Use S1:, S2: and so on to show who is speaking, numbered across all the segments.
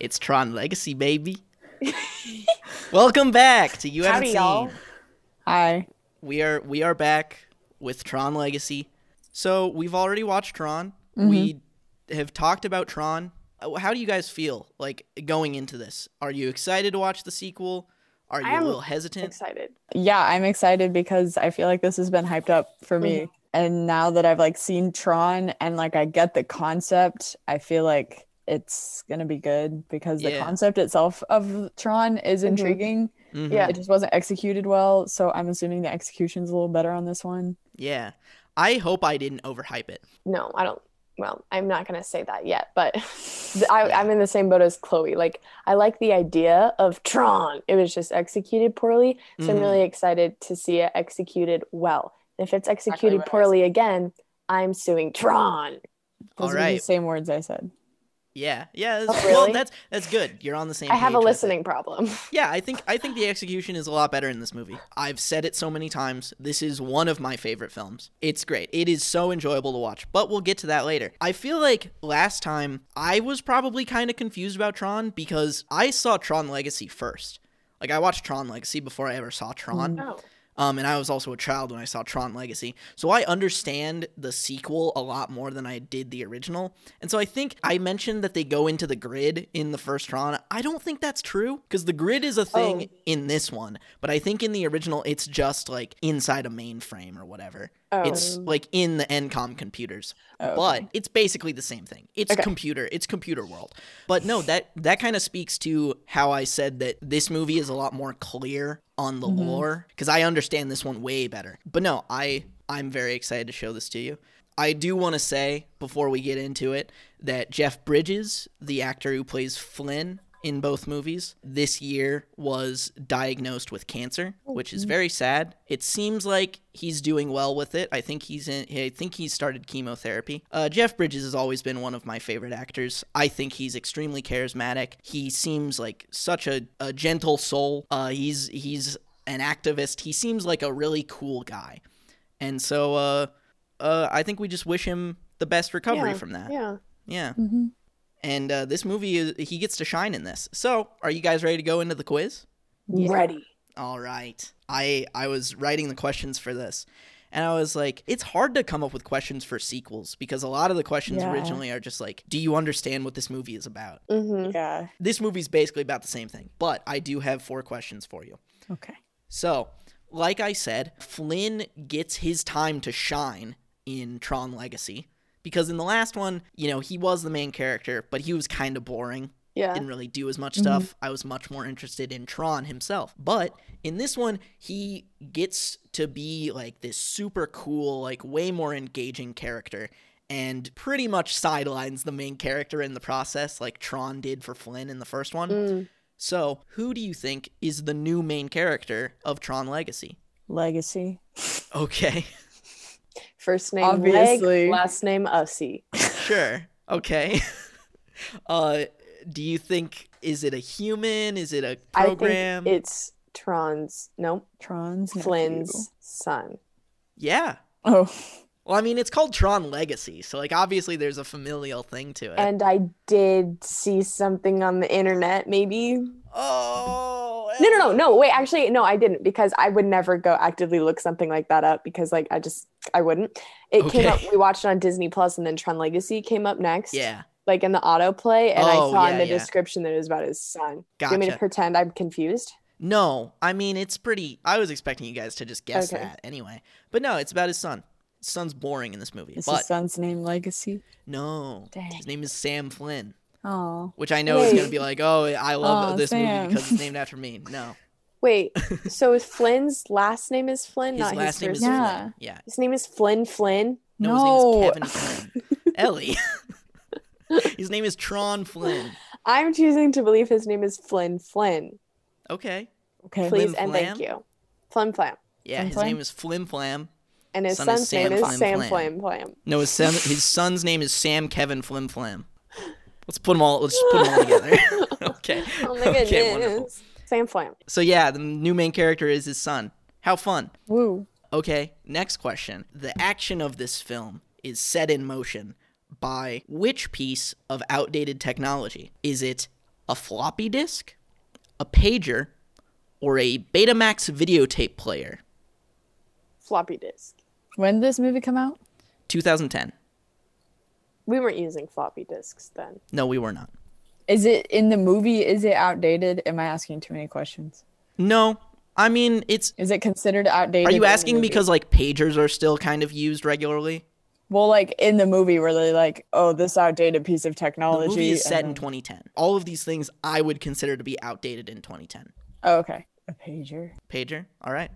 S1: It's Tron Legacy, baby. Welcome back to You Haven't
S2: Howdy, y'all.
S1: Seen.
S2: Hi.
S1: We are we are back with Tron Legacy. So we've already watched Tron.
S3: Mm-hmm.
S1: We have talked about Tron. Uh, How do you guys feel like going into this? Are you excited to watch the sequel? Are you
S3: I
S1: a
S3: am
S1: little hesitant?
S3: excited.
S2: Yeah, I'm excited because I feel like this has been hyped up for me.
S1: Mm-hmm.
S2: And now that I've like seen Tron and like I get the concept, I feel like it's gonna be good because the
S1: Yeah. Mm-hmm.
S2: concept itself of Tron is
S3: Mhm.
S2: intriguing.
S1: Mhm.
S3: Yeah.
S2: It just wasn't executed well, so I'm assuming the execution's a little better on this one.
S1: Yeah. I hope I didn't overhype it.
S3: No, I don't. Well, I'm not gonna say that yet, but th- I, I'm in the same boat as Chloe. Like, I like the idea of Tron. It was just executed poorly, so I'm
S1: Mhm.
S3: really excited to see it executed well. If it's executed
S2: what I
S3: poorly again, I'm suing Tron.
S1: All
S2: Those are the
S1: right.
S2: same words I said.
S1: Yeah. Yeah. that's-
S3: Oh,
S1: Well,
S3: really?
S1: that's that's good. You're on the same
S3: I have
S1: page
S3: a
S1: with it.
S3: listening problem.
S1: Yeah, I think I think the execution is a lot better in this movie. I've said it so many times. This is one of my favorite films. It's great. It is so enjoyable to watch, but we'll get to that later. I feel like last time I was probably kind of confused about Tron because I saw Tron Legacy first. Like I watched Tron Legacy before I ever saw Tron.
S3: Oh,
S2: Uh,
S1: Um, and I was also a child when I saw Tron Legacy. So I understand the sequel a lot more than I did the original. And so I think I mentioned that they go into the grid in the first Tron. I don't think that's true because the grid is a thing in this one. But I think in the original, it's just like inside a mainframe or whatever.
S3: Oh.
S1: It's like in the NCOM computers.
S2: Oh,
S1: But it's basically the same thing. It's
S3: Okay.
S1: computer. It's computer world. But no, that that kind of speaks to how I said that this movie is a lot more clear on the lore because I understand this one way better. But no, I I'm very excited to show this to you. I do want to say before we get into it that Jeff Bridges, the actor who plays Flynn in both movies, this year was diagnosed with cancer, which is very sad. It seems like he's doing well with it. I think he's in I think he's started chemotherapy. Uh, Jeff Bridges has always been one of my favorite actors. I think he's extremely charismatic. He seems like such a, a gentle soul. Uh, he's he's an activist. He seems like a really cool guy. And so uh, uh, I think we just wish him the best recovery
S3: Yeah,
S1: from that. Yeah.
S3: yeah.
S2: Mhm.
S1: And uh, this movie, is, he gets to shine in this. So, are you guys ready to go into the quiz?
S2: Yeah.
S3: Ready.
S1: All right. I I was writing the questions for this. And I was like, it's hard to come up with questions for sequels because a lot of the questions
S2: Yeah.
S1: originally are just like, do you understand what this movie is about?
S3: hmm
S2: Yeah.
S1: This movie's basically about the same thing, but I do have four questions for you.
S2: Okay.
S1: So, like I said, Flynn gets his time to shine in Tron Legacy because in the last one, you know, he was the main character, but he was kind of boring
S3: Yeah.
S1: didn't really do as much
S3: Mm-hmm.
S1: stuff. I was much more interested in Tron himself. But in this one, he gets to be like this super cool, like way more engaging character and pretty much sidelines the main character in the process like Tron did for Flynn in the first one.
S3: Mm.
S1: So, who do you think is the new main character of Tron Legacy?
S2: Legacy.
S1: Okay.
S3: First name
S2: Obviously.
S3: Leg, last name Ussy.
S1: sure. Okay. uh do you think is it a human? Is it a
S3: I
S1: program?
S3: think it's Tron's. Nope.
S2: Tron's nephew.
S3: Flynn's son.
S1: yeah.
S2: Oh.
S1: Well, I mean, it's called Tron Legacy, so like obviously there's a familial thing to it.
S3: And I did see something on the internet, maybe. No,
S1: oh,
S3: no, no, no. Wait, actually, no, I didn't because I would never go actively look something like that up because, like, I just I wouldn't. It
S1: Okay.
S3: came up. We watched it on Disney Plus, and then Tron Legacy came up next.
S1: Yeah,
S3: like in the autoplay, and I
S1: Oh,
S3: saw
S1: yeah,
S3: in the
S1: yeah.
S3: description that it was about his son. Do you want me
S1: gotcha.
S3: to pretend I'm confused?
S1: no, I mean it's pretty. I was expecting you guys to just guess
S3: Okay.
S1: that anyway, but no, it's about his son. His son's boring in this movie,
S2: Is
S1: but
S2: his son's name Legacy?
S1: no,
S3: Dang.
S1: his name is Sam Flynn,
S2: Oh.
S1: which I know is gonna
S3: Wait.
S1: be like, oh, I love
S2: Aw,
S1: this
S2: Sam.
S1: movie because it's named after me. No,
S3: Wait, so is Flynn's last name is Flynn,
S1: his
S3: not
S1: last
S3: his
S1: name
S3: first
S1: is
S3: name.
S2: name.
S1: Flynn. Yeah,
S3: His name is Flynn Flynn.
S1: no,
S2: No.
S1: his name is Kevin Flynn. Ellie. his name is Tron Flynn.
S3: I'm choosing to believe his name is Flynn Flynn.
S1: Okay,
S2: Okay.
S1: Flynn
S3: Please and thank
S1: Flam?
S3: you. Flynn Flam.
S1: yeah,
S2: Flim
S1: his
S2: Flam?
S1: name is Flim Flam.
S3: And his
S1: Son is
S3: son's
S1: Sam
S3: name
S1: Flam
S3: is Sam
S1: Flam.
S3: Flam Flam.
S1: No, his son, his son's name is Sam Kevin Flim Flam. Let's put them all. Let's just put them all together. okay.
S3: Oh my goodness.
S1: okay, wonderful.
S3: Sam Flam.
S1: So yeah, the new main character is his son. How fun.
S2: Woo.
S1: Okay. Next question. The action of this film is set in motion by which piece of outdated technology? Is it a floppy disk, a pager, or a Betamax videotape player.
S3: Floppy disk.
S2: When did this movie come out?
S1: 2010.
S3: We weren't using floppy disks then.
S1: No, we were not.
S2: Is it in the movie? Is it outdated? Am I asking too many questions?
S1: No, I mean it's.
S2: Is it considered outdated?
S1: Are
S2: in
S1: you
S2: the
S1: asking
S2: movie?
S1: because like pagers are still kind of used regularly?
S2: Well, like in the movie where they're like, "Oh, this outdated piece of
S1: The
S2: technology."
S1: movie is
S2: and
S1: set in
S2: then-
S1: 2010. All of these things I would consider to be outdated in 2010.
S2: Oh, okay. A pager.
S1: Pager. All right.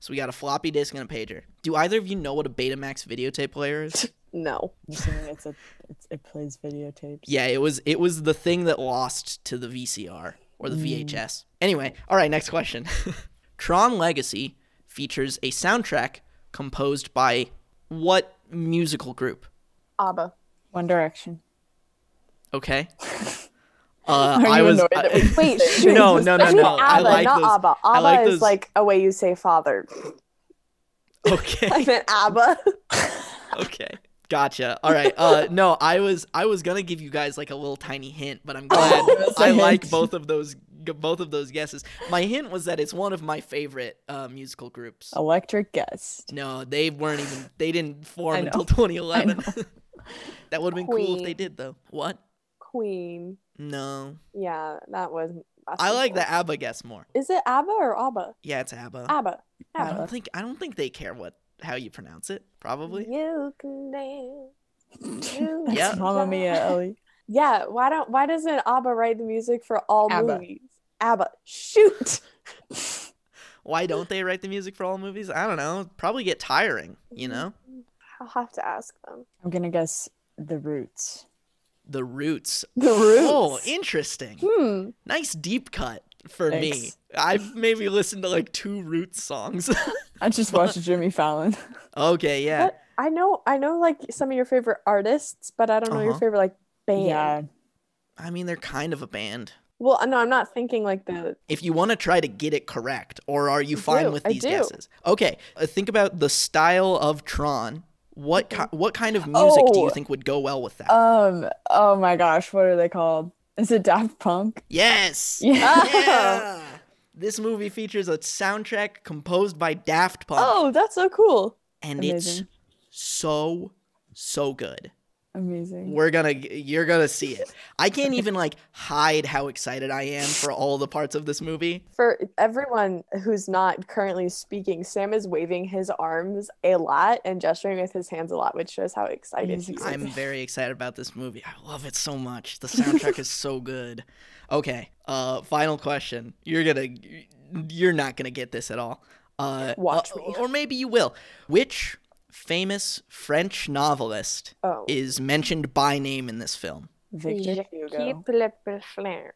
S1: So we got a floppy disk and a pager. Do either of you know what a Betamax videotape player is?
S3: No.
S2: I'm assuming it's a. It's, it plays videotapes.
S1: yeah, it was it was the thing that lost to the VCR or
S2: Mm.
S1: the VHS. Anyway, all right, next question. Tron Legacy features a soundtrack composed by what musical group?
S3: ABBA.
S2: One Direction.
S1: Okay.
S2: Are
S1: Uh,
S2: you
S1: I was
S2: annoyed that we-
S3: Wait, shoot.
S1: no, no, no,
S3: I mean,
S1: no. I
S3: ABBA,
S1: like
S3: not
S1: those.
S3: ABBA. ABBA
S1: I like
S3: is
S1: those-
S3: like a way you say father.
S1: okay.
S3: I meant ABBA.
S1: okay gotcha all right uh no i was i was gonna give you guys like a little tiny hint but i'm glad
S2: Oh, That's a
S1: i like
S2: hint.
S1: both of those g- both of those guesses my hint was that it's one of my favorite uh musical groups
S2: Oh. Electric Guest.
S1: no they weren't even they didn't
S2: I
S1: form
S2: know.
S1: until 2011 that would have been cool if they
S3: Queen.
S1: did though what
S3: Queen.
S1: no
S3: Yeah, that was.
S1: i like the abba guess more
S3: Is it ABBA or ABBA?
S1: yeah it's abba
S3: ABBA.
S1: i
S3: ABBA.
S1: don't think i don't think they care what how you pronounce it probably
S3: You can dance. You
S2: That's
S1: Yeah.
S2: Mamma
S3: can
S1: oh.
S2: Mia,
S3: dance.
S2: Ellie.
S3: Yeah, why don't why doesn't ABBA write the music for all
S2: ABBA.
S3: movies? ABBA. Shoot.
S1: why don't they write the music for all movies i don't know probably get tiring you know
S3: Mm-hmm. I'll have to ask them.
S2: I'm gonna guess The Roots.
S1: the roots
S3: The
S1: Oh,
S3: Roots.
S1: interesting.
S3: Hmm.
S1: Nice deep cut for me.
S2: Thanks.
S1: I've maybe listened to like two Roots songs.
S2: I just watched Jimmy Fallon.
S1: okay, yeah.
S3: But I know I know like some of your favorite artists, but I don't know your
S1: Uh-huh.
S3: favorite like band.
S2: Yeah.
S1: I mean, they're kind of a band.
S3: Well, no, I'm not thinking like the
S1: If you want to try to get it correct, or are you
S3: I
S1: fine
S3: do,
S1: with
S3: I
S1: these
S3: do.
S1: guesses? Okay, uh, think about the style of Tron. What
S3: Mm-hmm.
S1: ki- what kind of music do you
S2: Oh.
S1: think would go well with that?
S2: Um. Oh my gosh, what are they called? Is it Daft Punk?
S1: yes.
S2: Yeah.
S1: Yeah! This movie features a soundtrack composed by Daft Punk,
S3: Oh, that's so cool.
S1: and
S2: amazing.
S1: it's so so good.
S2: Amazing.
S1: we're gonna you're gonna see it i can't even like hide how excited i am for all the parts of this movie
S3: For everyone who's not currently speaking, Sam is waving his arms a lot and gesturing with his hands a lot, which shows how excited
S2: He's
S3: he is.
S1: i'm very excited about this movie i love it so much the soundtrack is so good okay uh final question you're gonna you're not gonna get this at all uh
S3: Watch
S1: uh,
S3: me.
S1: or maybe you will which famous french novelist
S3: Oh.
S1: is mentioned by name in this film
S2: Victor Hugo.
S3: Keep le plein.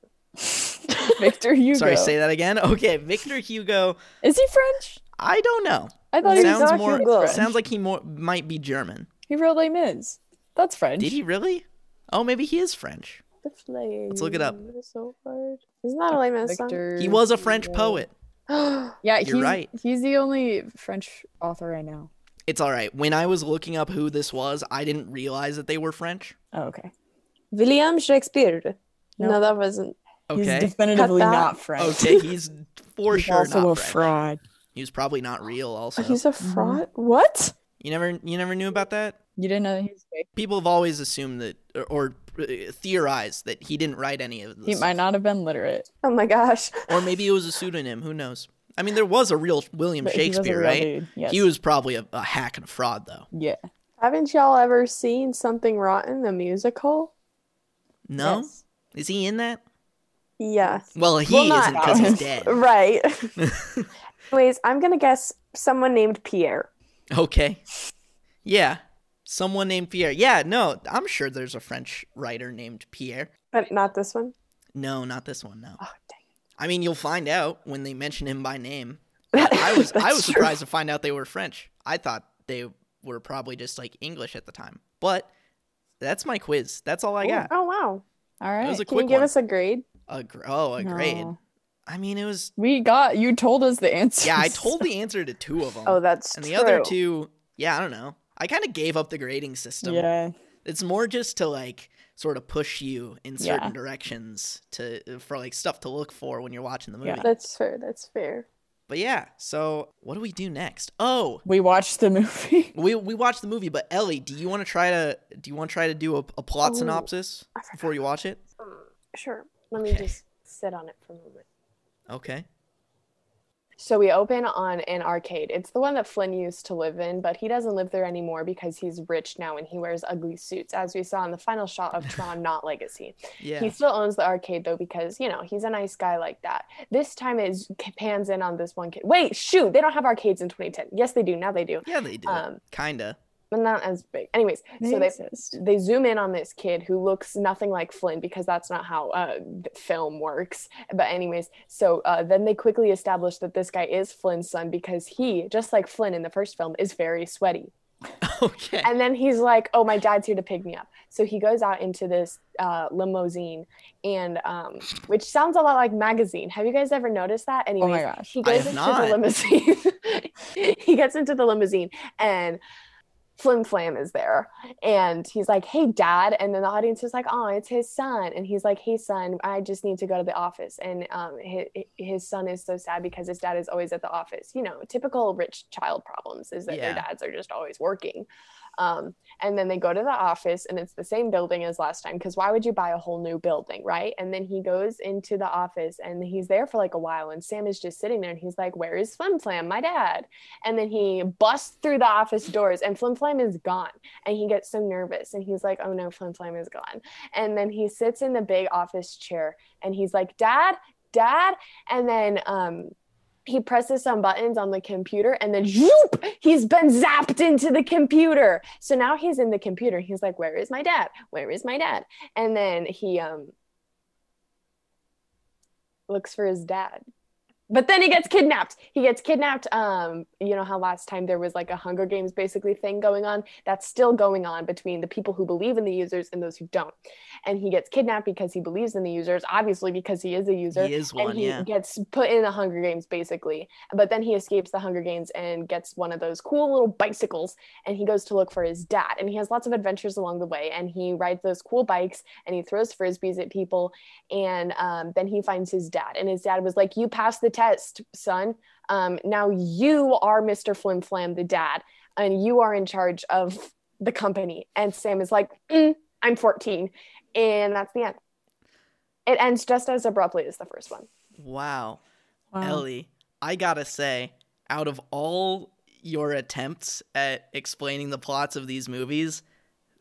S2: Victor Hugo.
S1: sorry say that again okay victor hugo
S2: Is he French?
S1: i don't know
S3: I thought he was
S1: sounds
S3: not
S1: more
S3: Hugo.
S1: sounds like he more might be german
S2: He wrote Les Mis. That's French.
S1: Did he really? Oh, maybe he is French.
S3: The flame.
S1: Let's look it up.
S3: is So hard. Isn't that a lame ass song?
S2: Victor.
S1: He was a French poet.
S2: Yeah,
S1: You're
S2: he's,
S1: right.
S2: He's the only French author I know.
S1: It's all right. When I was looking up who this was, I didn't realize that they were French.
S2: Oh, okay.
S3: William Shakespeare. No,
S2: Nope.
S3: that wasn't.
S2: He's
S1: Okay.
S2: definitively
S3: Cut that.
S2: not French.
S1: Okay, he's for
S2: He's
S1: sure
S2: also
S1: not
S2: a
S1: French.
S2: fraud.
S1: He was probably not real also.
S3: He's a fraud. What?
S1: You never you never knew about that?
S2: You didn't know he was fake.
S1: People have always assumed that or, or uh, theorized that he didn't write any of this.
S2: He might not have been literate.
S3: Oh my gosh.
S1: Or maybe it was a pseudonym, who knows. I mean, there was a real William
S2: but he was a
S1: Shakespeare,
S2: real
S1: right?
S2: dude. Yes.
S1: He was probably a, a hack and a fraud though.
S2: Yeah.
S3: Haven't y'all ever seen Something Rotten, the musical?
S1: No?
S2: Yes.
S1: Is he in that?
S3: Yeah.
S1: Well, he
S3: Well, not
S1: isn't because he's
S2: ours.
S1: dead.
S3: Right. Anyways, I'm going to guess someone named Pierre.
S1: Okay. Yeah. Someone named Pierre. Yeah, no, I'm sure there's a French writer named Pierre.
S3: But not this one.
S1: No, not this one, no.
S3: Oh, dang.
S1: I mean, you'll find out when they mention him by name. I was I was
S3: That's true.
S1: surprised to find out they were French. I thought they were probably just like English at the time. But that's my quiz. That's all I got.
S3: Oh, wow.
S2: All
S1: That
S2: right.
S1: was a
S3: Can you
S1: quick
S3: give
S1: one.
S3: us a grade?
S1: A gr- oh, a grade.
S2: No.
S1: I mean, it was
S2: We got you told us the answer.
S1: Yeah, I told the answer to two of them.
S3: Oh, that's
S1: and the
S3: true.
S1: other two, yeah, I don't know. I kind of gave up the grading system.
S2: Yeah.
S1: It's more just to like sort of push you in
S2: Yeah.
S1: certain directions to uh, for like stuff to look for when you're watching the movie.
S2: Yeah.
S3: That's fair. That's fair.
S1: But yeah, so what do we do next? Oh,
S2: We watched the movie.
S1: we we watched the movie, but Ellie, do you want to try to do you want to try to do a, a plot
S3: Oh,
S1: synopsis
S3: I forgot.
S1: before you watch it?
S3: Um, sure. Let me
S1: Okay.
S3: just sit on it for a moment.
S1: Okay.
S3: So we open on an arcade. It's the one that Flynn used to live in, but he doesn't live there anymore because he's rich now and he wears ugly suits, as we saw in the final shot of Tron Not Legacy.
S1: Yeah.
S3: He still owns the arcade though because, you know, he's a nice guy like that. This time it z- pans in on this one kid. Wait, shoot, they don't have arcades in 2010. Yes, they do. Now they do.
S1: yeah, they do.
S3: Um,
S1: Kinda.
S3: But not as big. Anyways, so they
S2: exist.
S3: they zoom in on this kid who looks nothing like Flynn because that's not how uh, th- film works. But anyways, so uh, then they quickly establish that this guy is Flynn's son because he, just like Flynn in the first film, is very sweaty.
S1: okay.
S3: And then he's like, "Oh, my dad's here to pick me up." So he goes out into this uh, limousine, and um, which sounds a lot like magazine. Have you guys ever noticed that? Anyways,
S2: Oh my gosh.
S3: he
S1: I
S3: goes
S1: have
S3: into
S1: not.
S3: the limousine. he gets into the limousine and Flim Flam is there. And he's like, Hey, dad. And then the audience is like, Oh, it's his son. And he's like, Hey, son, I just need to go to the office. And um, his, his son is so sad because his dad is always at the office. You know, typical rich child problems is that
S1: Yeah.
S3: their dads are just always working. Um, and then they go to the office and it's the same building as last time because why would you buy a whole new building right and then he goes into the office and he's there for like a while and sam is just sitting there and he's like where is flim flam my dad and then he busts through the office doors and flim flam is gone and he gets so nervous and he's like oh no flim flam is gone and then he sits in the big office chair and he's like dad dad and then um he presses some buttons on the computer and then zoop, he's been zapped into the computer. So now he's in the computer. He's like, Where is my dad? Where is my dad? And then he um looks for his dad. But then he gets kidnapped. He gets kidnapped. Um, you know how last time there was like a Hunger Games basically thing going on? That's still going on between the people who believe in the users and those who don't. And he gets kidnapped because he believes in the users, obviously because he is a user
S1: He is one,
S3: and he
S1: yeah.
S3: gets put in the Hunger Games basically. But then he escapes the Hunger Games and gets one of those cool little bicycles and he goes to look for his dad. And he has lots of adventures along the way and he rides those cool bikes and he throws frisbees at people. And um, then he finds his dad. And his dad was like, You passed the test, son. Um, now you are Mr. Flim Flam, the dad, and you are in charge of the company. And Sam is like, "Mm, I'm 14. And that's the end. It ends just as abruptly as the first one.
S1: Wow.
S2: Wow.
S1: Ellie, I gotta say, out of all your attempts at explaining the plots of these movies,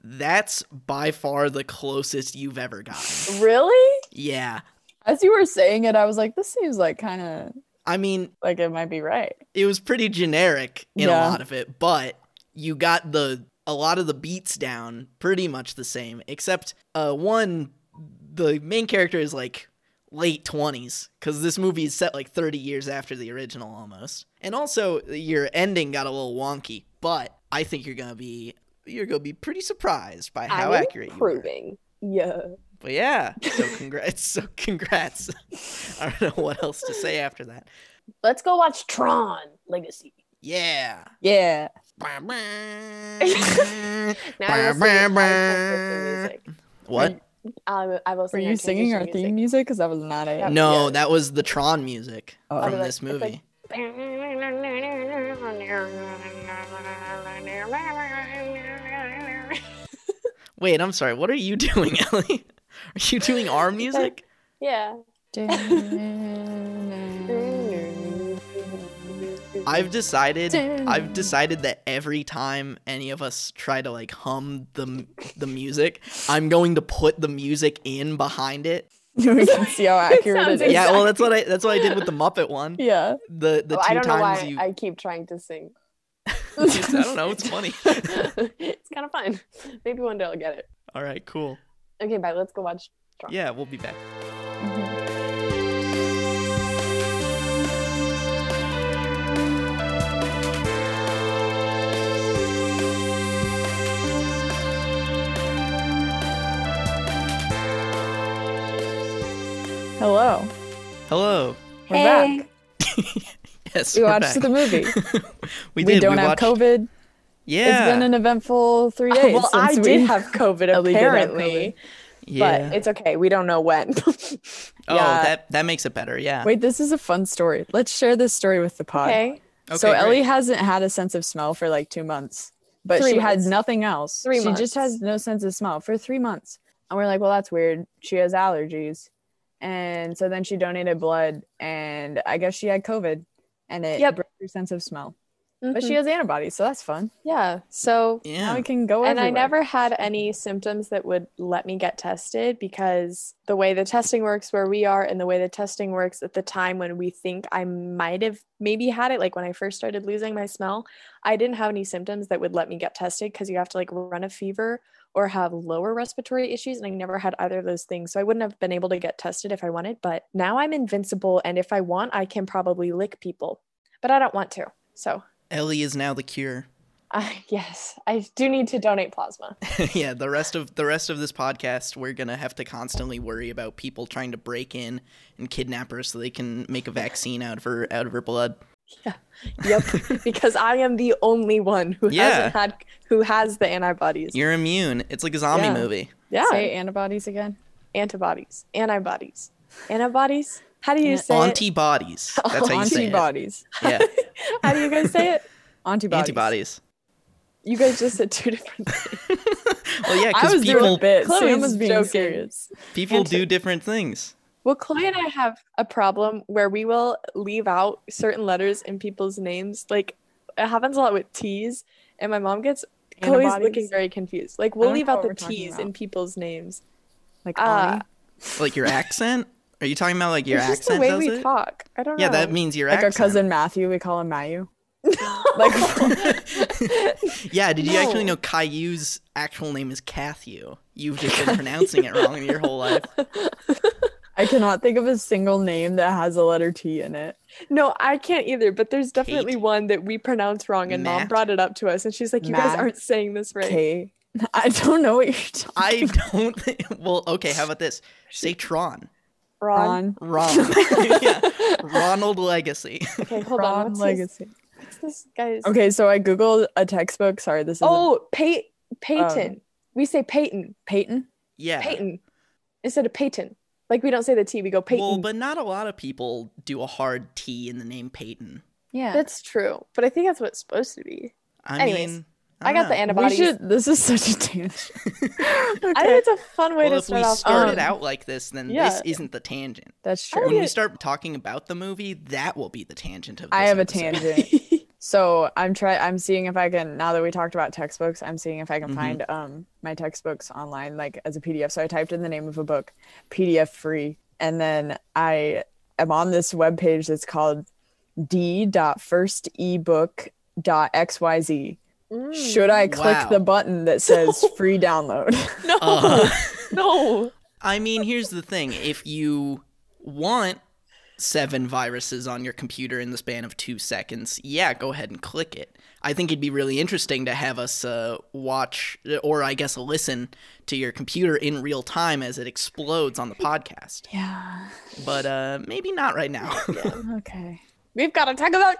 S1: that's by far the closest you've ever gotten.
S3: Really?
S1: yeah.
S2: As you were saying it, I was like, this seems like kind of
S1: I mean,
S2: like it might be right.
S1: it was pretty generic in a
S2: Yeah.
S1: lot of it, but you got the a lot of the beats down pretty much the same, except uh one the main character is like late 20s cuz this movie is set like 30 years after the original almost. And also your ending got a little wonky, but I think you're going to be you're going to be pretty surprised by how
S3: I'm
S1: accurate you were.
S3: improving. Yeah.
S1: But yeah, so congrats. so congrats. I don't know what else to say after that.
S3: Let's go watch Tron Legacy.
S1: Yeah.
S2: Yeah.
S1: what?
S3: Now I will sing our theme music. Um, I will
S2: Were
S3: sing
S2: you singing our theme
S3: transition
S2: music? Because that was not it.
S3: That-
S1: No,
S3: Yeah.
S1: that was the Tron music
S2: uh, Oh.
S1: from
S3: Otherwise,
S1: this
S3: it's like-
S1: movie.
S3: music.
S1: Wait, I'm sorry. What are you doing, Ellie? Are you doing our music?
S3: yeah.
S1: I've decided. I've decided that every time any of us try to like hum the the music, I'm going to put the music in behind it.
S2: we can see how accurate
S3: sounds
S2: it is.
S1: Yeah, well, that's what I that's what I did with the Muppet one.
S2: Yeah.
S1: The the two
S3: Well, Oh, I don't know
S1: times
S3: why
S1: you,
S3: I keep trying to sing.
S1: it's- I don't know. It's funny.
S3: it's kind of fun. Maybe one day I'll get it.
S1: All right, cool.
S3: Okay, bye. Let's go watch Tron.
S1: Yeah, we'll be back.
S2: Hello.
S1: Hello.
S2: We're
S3: Hey.
S2: back.
S1: Yes,
S2: We
S1: we're
S2: watched
S1: back.
S2: the movie.
S1: we did.
S2: don't
S1: we
S2: have
S1: watched-
S2: COVID.
S1: Yeah.
S2: It's been an eventful three days
S3: well, I
S2: since we Oh,
S3: did
S2: have COVID.
S3: Apparently,
S2: Apparently,
S1: Yeah.
S3: But it's okay. We don't know when.
S1: oh,
S2: yeah.
S1: that that makes it better. Yeah.
S2: Wait, this is a fun story. Let's share this story with the pod.
S3: okay.
S2: so
S1: Okay,
S2: Ellie
S1: great.
S2: hasn't had a sense of smell for like two months, but
S3: Three
S2: she
S3: months.
S2: had nothing else.
S3: Three
S2: she
S3: months.
S2: just has no sense of smell for three months. And we're like, well, that's weird. She has allergies. And so then she donated blood, and I guess she had COVID, and it
S3: Yep. Mm-hmm.
S2: broke her sense of smell. But
S3: But
S2: she
S3: she,
S2: has antibodies, so that's fun.
S3: yeah. So
S2: Now
S1: Yeah.
S2: we can go.
S3: and I
S2: everywhere.
S3: never had any symptoms that would let me get tested because the way the testing works where we are and the way the testing works at the time when we think I might have maybe had it, like when I first started losing my smell, I didn't have any symptoms that would let me get tested because you have to like run a fever or have lower respiratory issues. And I never had either of those things. So I wouldn't have been able to get tested if I wanted, but now I'm invincible. And if I want, I can probably lick people, but I don't want to. So.
S1: Ellie is now the cure.
S3: Uh, yes, I do need to donate plasma.
S1: yeah, the rest of the rest of this podcast, we're gonna have to constantly worry about people trying to break in and kidnap her so they can make a vaccine out of her out of her blood.
S3: Yep, because I am the only one who
S1: Yeah.
S3: hasn't had who has the antibodies.
S1: You're immune. It's like a zombie
S3: Yeah.
S1: movie.
S3: yeah,
S2: say antibodies again.
S3: antibodies, antibodies, antibodies. How do you
S2: Yeah.
S3: say it?
S1: Antibodies. That's how you say it.
S2: Antibodies.
S1: Yeah,
S3: How do you guys say it?
S2: Antibodies.
S1: antibodies.
S3: You guys just said two different things.
S1: Well, yeah,
S2: I
S1: because
S2: was doing a
S1: people
S2: bit.
S3: Chloe's
S2: Sam was being
S3: joking.
S2: serious.
S1: people
S3: Anti-
S1: do different things.
S3: Well, Chloe and I have a problem where we will leave out certain letters in people's names. Like it happens a lot with T's, and my mom gets Chloe's
S2: Antibodies?
S3: looking very confused. Like
S2: I
S3: we'll
S2: don't
S3: leave
S2: know
S3: out
S2: what
S3: the
S2: we're talking
S3: T's
S2: about.
S3: in people's names.
S2: Like
S3: Ah.
S2: Ani?
S1: Like your accent. Are you talking about like your
S3: it's just
S1: accent
S3: the way
S1: does
S3: we
S1: it?
S3: talk. I don't
S1: Yeah,
S3: know.
S1: that means your
S2: like our
S1: accent.
S2: cousin Matthew. We call him Mayu. like
S1: yeah, did you actually
S3: No.
S1: know Caillou's actual name is Cathew? You've just been pronouncing it wrong your whole life.
S2: I cannot think of a single name that has a letter T in it.
S3: No, I can't either, but there's definitely
S1: Kate.
S3: one that we pronounce wrong and mom
S1: Matt.
S3: brought it up to us and she's like, You guys
S2: Matt.
S3: aren't saying this right.
S2: K. I don't know what you're talking
S1: I don't think. Well, okay, how about this? Say Tron.
S3: Ron.
S2: Ron.
S1: Ron. yeah. Ronald Legacy.
S3: Okay, hold
S2: Ron
S3: on. What's, his,
S2: Legacy.
S3: what's this guy's
S2: Okay, so I googled a textbook. Sorry, this is
S3: Oh, Pay- Peyton. we say Peyton.
S2: Peyton.
S1: Yeah.
S3: Peyton. Instead of Peyton. Like we don't say the T, we go Peyton.
S1: Well, but not a lot of people do a hard T in the name Peyton.
S2: Yeah,
S3: that's true. But I think that's what it's supposed to be.
S1: I
S3: Anyways,
S1: mean,
S3: I, got the
S1: end.
S2: we
S3: antibodies.
S2: should. This is such a tangent.
S3: I
S2: Okay.
S3: think it's a fun way
S1: Well,
S3: to
S1: if
S3: start
S1: we
S3: off.
S1: started
S3: Um,
S1: out like this, then this
S3: yeah.
S1: isn't the tangent.
S2: That's
S3: I
S2: true.
S3: don't
S1: When we
S3: get-
S1: start talking about the movie, that will be the tangent of. This
S2: I have a
S1: episode.
S2: tangent. So I'm try I'm seeing if I can now that we talked about textbooks, I'm seeing if I can
S1: Mhm.
S2: find um my textbooks online like as a PDF. So I typed in the name of a book, PDF free, and then I am on this webpage that's called e d.firstebook.xyz.
S3: Mm.
S2: Should I click
S1: Hmm. Wow.
S2: the button that says free download?
S3: No.
S1: Uh,
S3: No.
S1: I mean, here's the thing: if you want seven viruses on your computer in the span of two seconds, yeah, go ahead and click it. I think it'd be really interesting to have us uh, watch, or I guess listen to your computer in real time as it explodes on the podcast.
S2: yeah.
S1: But uh, maybe not right now.
S2: Okay.
S3: We've got to talk about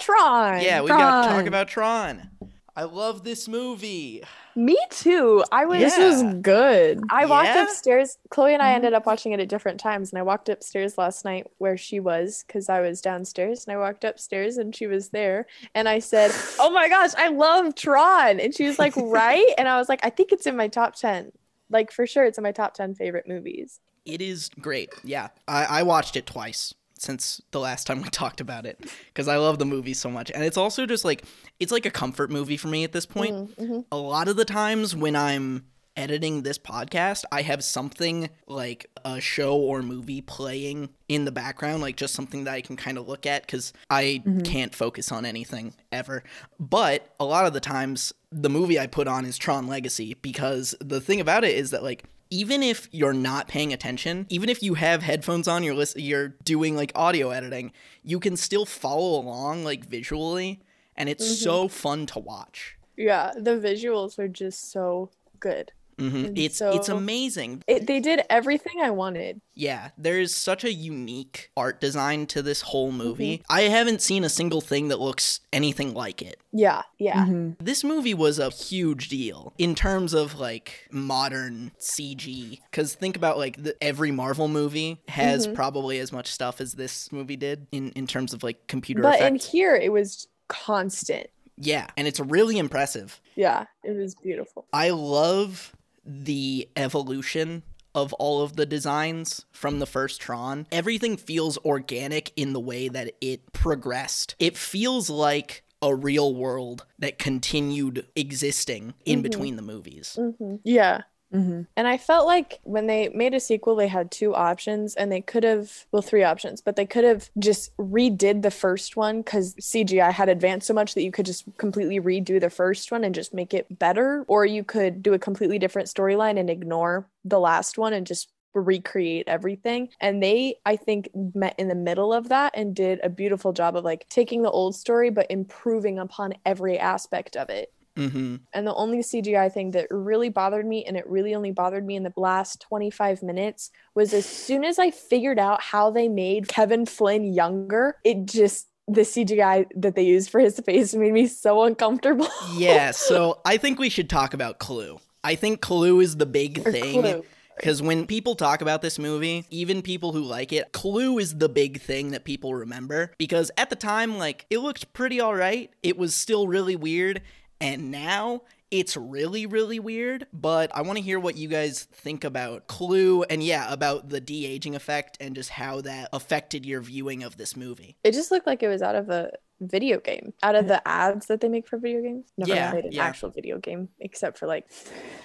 S3: Tron.
S1: yeah, we got to talk
S2: Tron.
S1: about Tron. I love this movie.
S3: Me too. I was
S2: This was
S1: Yeah.
S2: good.
S3: I walked
S1: Yeah?
S3: upstairs. Chloe and I
S2: Mhm.
S3: ended up watching it at different times, and I walked upstairs last night where she was because I was downstairs, and I walked upstairs and she was there, and I said, "Oh my gosh, I love Tron," and she was like, "Right?" and I was like, "I think it's in my top ten, like for sure, it's in my top ten favorite movies."
S1: It is great. Yeah, I, I watched it twice since the last time we talked about it because I love the movie so much, and it's also just like it's like a comfort movie for me at this point.
S3: Mm, mhm.
S1: A lot of the times when I'm editing this podcast, I have something like a show or movie playing in the background, like just something that I can kind of look at because I can't focus on anything ever. But a lot of the times, the movie I put on is Tron Legacy because the thing about it is that, like, even if you're not paying attention, even if you have headphones on, you're listen- you're doing like audio editing, you can still follow along like visually, and it's so fun to watch.
S3: Yeah, the visuals are just so good.
S1: Mhm.
S3: And
S1: It's it's
S3: so-
S1: amazing.
S3: It, they did everything I wanted.
S1: Yeah, there is such a unique art design to this whole
S3: Mm-hmm.
S1: movie. I haven't seen a single thing that looks anything like it.
S3: Yeah, yeah.
S2: Mhm.
S1: This movie was a huge deal in terms of like modern CG. Because think about like the, every Marvel movie has
S3: Mhm.
S1: probably as much stuff as this movie did in, in terms of like computer
S3: But in
S1: effects.
S3: here, it was constant.
S1: yeah, and it's really impressive.
S3: Yeah, it was beautiful.
S1: I love the evolution of all of the designs from the first Tron. Everything feels organic in the way that it progressed. It feels like a real world that continued existing in
S3: Mhm.
S1: between the movies.
S3: hmm Yeah.
S2: Mhm.
S3: And I felt like when they made a sequel, they had two options and they could have, well, three options, but they could have just redid the first one because CGI had advanced so much that you could just completely redo the first one and just make it better. Or you could do a completely different storyline and ignore the last one and just recreate everything. And they, I think, met in the middle of that and did a beautiful job of like taking the old story, but improving upon every aspect of it.
S1: hmm
S3: And the only CGI thing that really bothered me, and it really only bothered me in the last 25 minutes, was as soon as I figured out how they made Kevin Flynn younger, it just, the CGI that they used for his face made me so uncomfortable.
S1: Yeah, so I think we should talk about Clue. I think Clue is the big
S3: Or
S1: thing.
S3: Clue.
S1: Because when people talk about this movie, even people who like it, Clue is the big thing that people remember. Because at the time, like, it looked pretty alright. It was still really weird. And now it's really, really weird. But I want to hear what you guys think about Clue and, yeah, about the de aging effect and just how that affected your viewing of this movie.
S3: It just looked like it was out of a video game, out of the ads that they make for video games. Never
S1: Yeah,
S3: played an
S1: yeah.
S3: actual video game except for like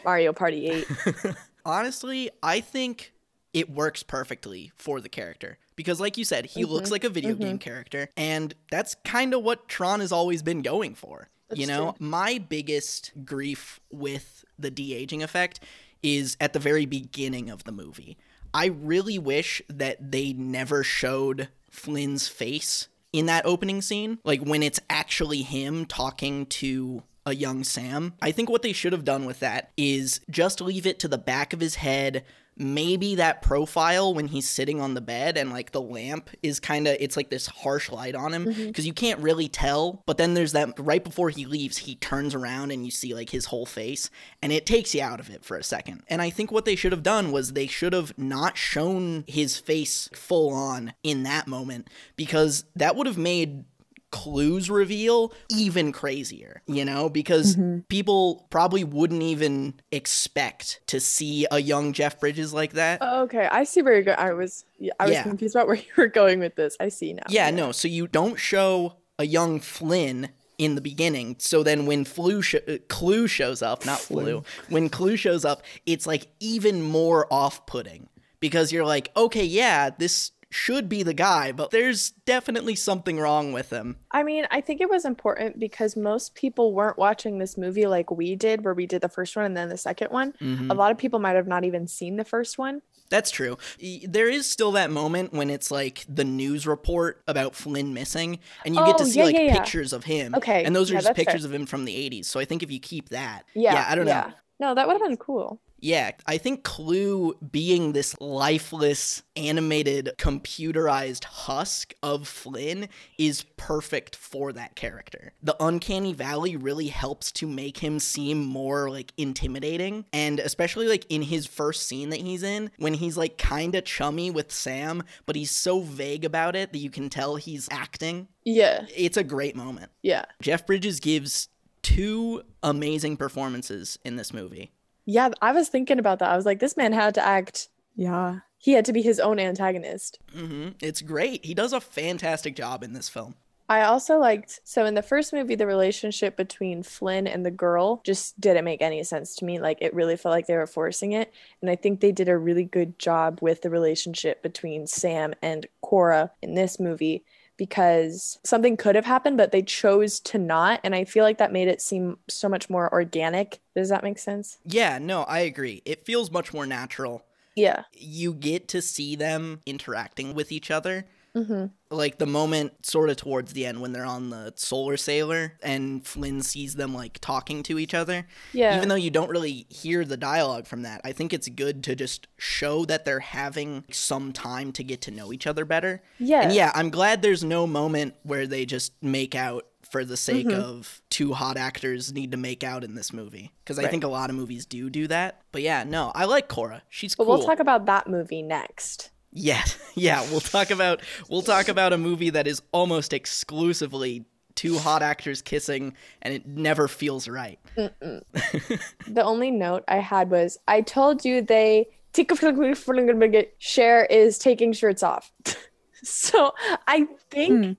S3: Mario Party 8.
S1: Honestly, I think it works perfectly for the character because like you said, he looks
S3: Mhm,
S1: like a video game character and that's kind of what Tron has always been going for. you
S3: That's
S1: know, my biggest grief with the de-aging effect is at the very beginning of the movie. I really wish that they never showed Flynn's face in that opening scene, like when it's actually him talking to a young Sam. I think what they should have done with that is just leave it to the back of his head. Maybe that profile when he's sitting on the bed and like the lamp is kind of, it's like this harsh light on him because you can't really tell. But then there's that right before he leaves, he turns around and you see like his whole face and it takes you out of it for a second. And I think what they should have done was they should have not shown his face full on in that moment because that would have made clues reveal even crazier you know because people probably wouldn't even expect to see a young jeff bridges like that
S3: okay, I see where you're going. I was, I was
S1: Yeah.
S3: confused about where you were going with this. I see now.
S1: yeah no so you don't show a young flynn in the beginning so then when flu sho- uh, clue shows up not flu when clue shows up it's like even more off-putting because you're like okay yeah this should be the guy but there's definitely something wrong with him
S3: I mean, I think it was important because most people weren't watching this movie like we did, where we did the first one and then the second one.
S1: Mm-hmm.
S3: A lot of people might have not even seen the first one.
S1: That's true. Y- There is still that moment when it's like the news report about Flynn missing, and you get to
S3: Oh,
S1: see
S3: yeah,
S1: like
S3: yeah, yeah.
S1: pictures of him.
S3: Okay,
S1: And those are
S3: yeah,
S1: just
S3: that's fair.
S1: pictures of him from the 80s. So I think if you keep that,
S3: Yeah.
S1: I don't know.
S3: No, that would have been cool.
S1: Yeah, I think Clue being this lifeless, animated, computerized husk of Flynn is perfect for that character. The Uncanny Valley really helps to make him seem more like intimidating, and especially like in his first scene that he's in, when he's like kinda chummy with Sam, but he's so vague about it that you can tell he's acting.
S3: Yeah.
S1: It's a great moment.
S3: Yeah.
S1: Jeff Bridges gives two amazing performances in this movie.
S3: Yeah. I was thinking about that. I was like, this man had to act,
S2: Yeah.
S3: he had to be his own antagonist.
S1: hmm It's great. He does a fantastic job in this film.
S3: I also liked so in the first movie, the relationship between Flynn and the girl just didn't make any sense to me. Like it really felt like they were forcing it. And I think they did a really good job with the relationship between Sam and Cora in this movie because something could have happened, but they chose to not. And I feel like that made it seem so much more organic. Does that make sense?
S1: Yeah, no, I agree. It feels much more natural.
S3: Yeah.
S1: You get to see them interacting with each other
S3: hmm
S1: like the moment sort of towards the end when they're on the solar sailor and Flynn sees them like talking to each other.
S3: Yeah.
S1: Even though you don't really hear the dialogue from that, I think it's good to just show that they're having some time to get to know each other better.
S3: yeah.
S1: And yeah, I'm glad there's no moment where they just make out for the sake
S3: Mm-hmm.
S1: of two hot actors need to make out in this movie because I
S3: Right.
S1: think a lot of movies do do that. But yeah, no, I like Cora. She's
S3: But
S1: cool.
S3: we'll talk about that movie next.
S1: Yeah, yeah. We'll talk about we'll talk about a movie that is almost exclusively two hot actors kissing, and it never feels right.
S3: The only note I had was I told you they share is taking shirts off. so I think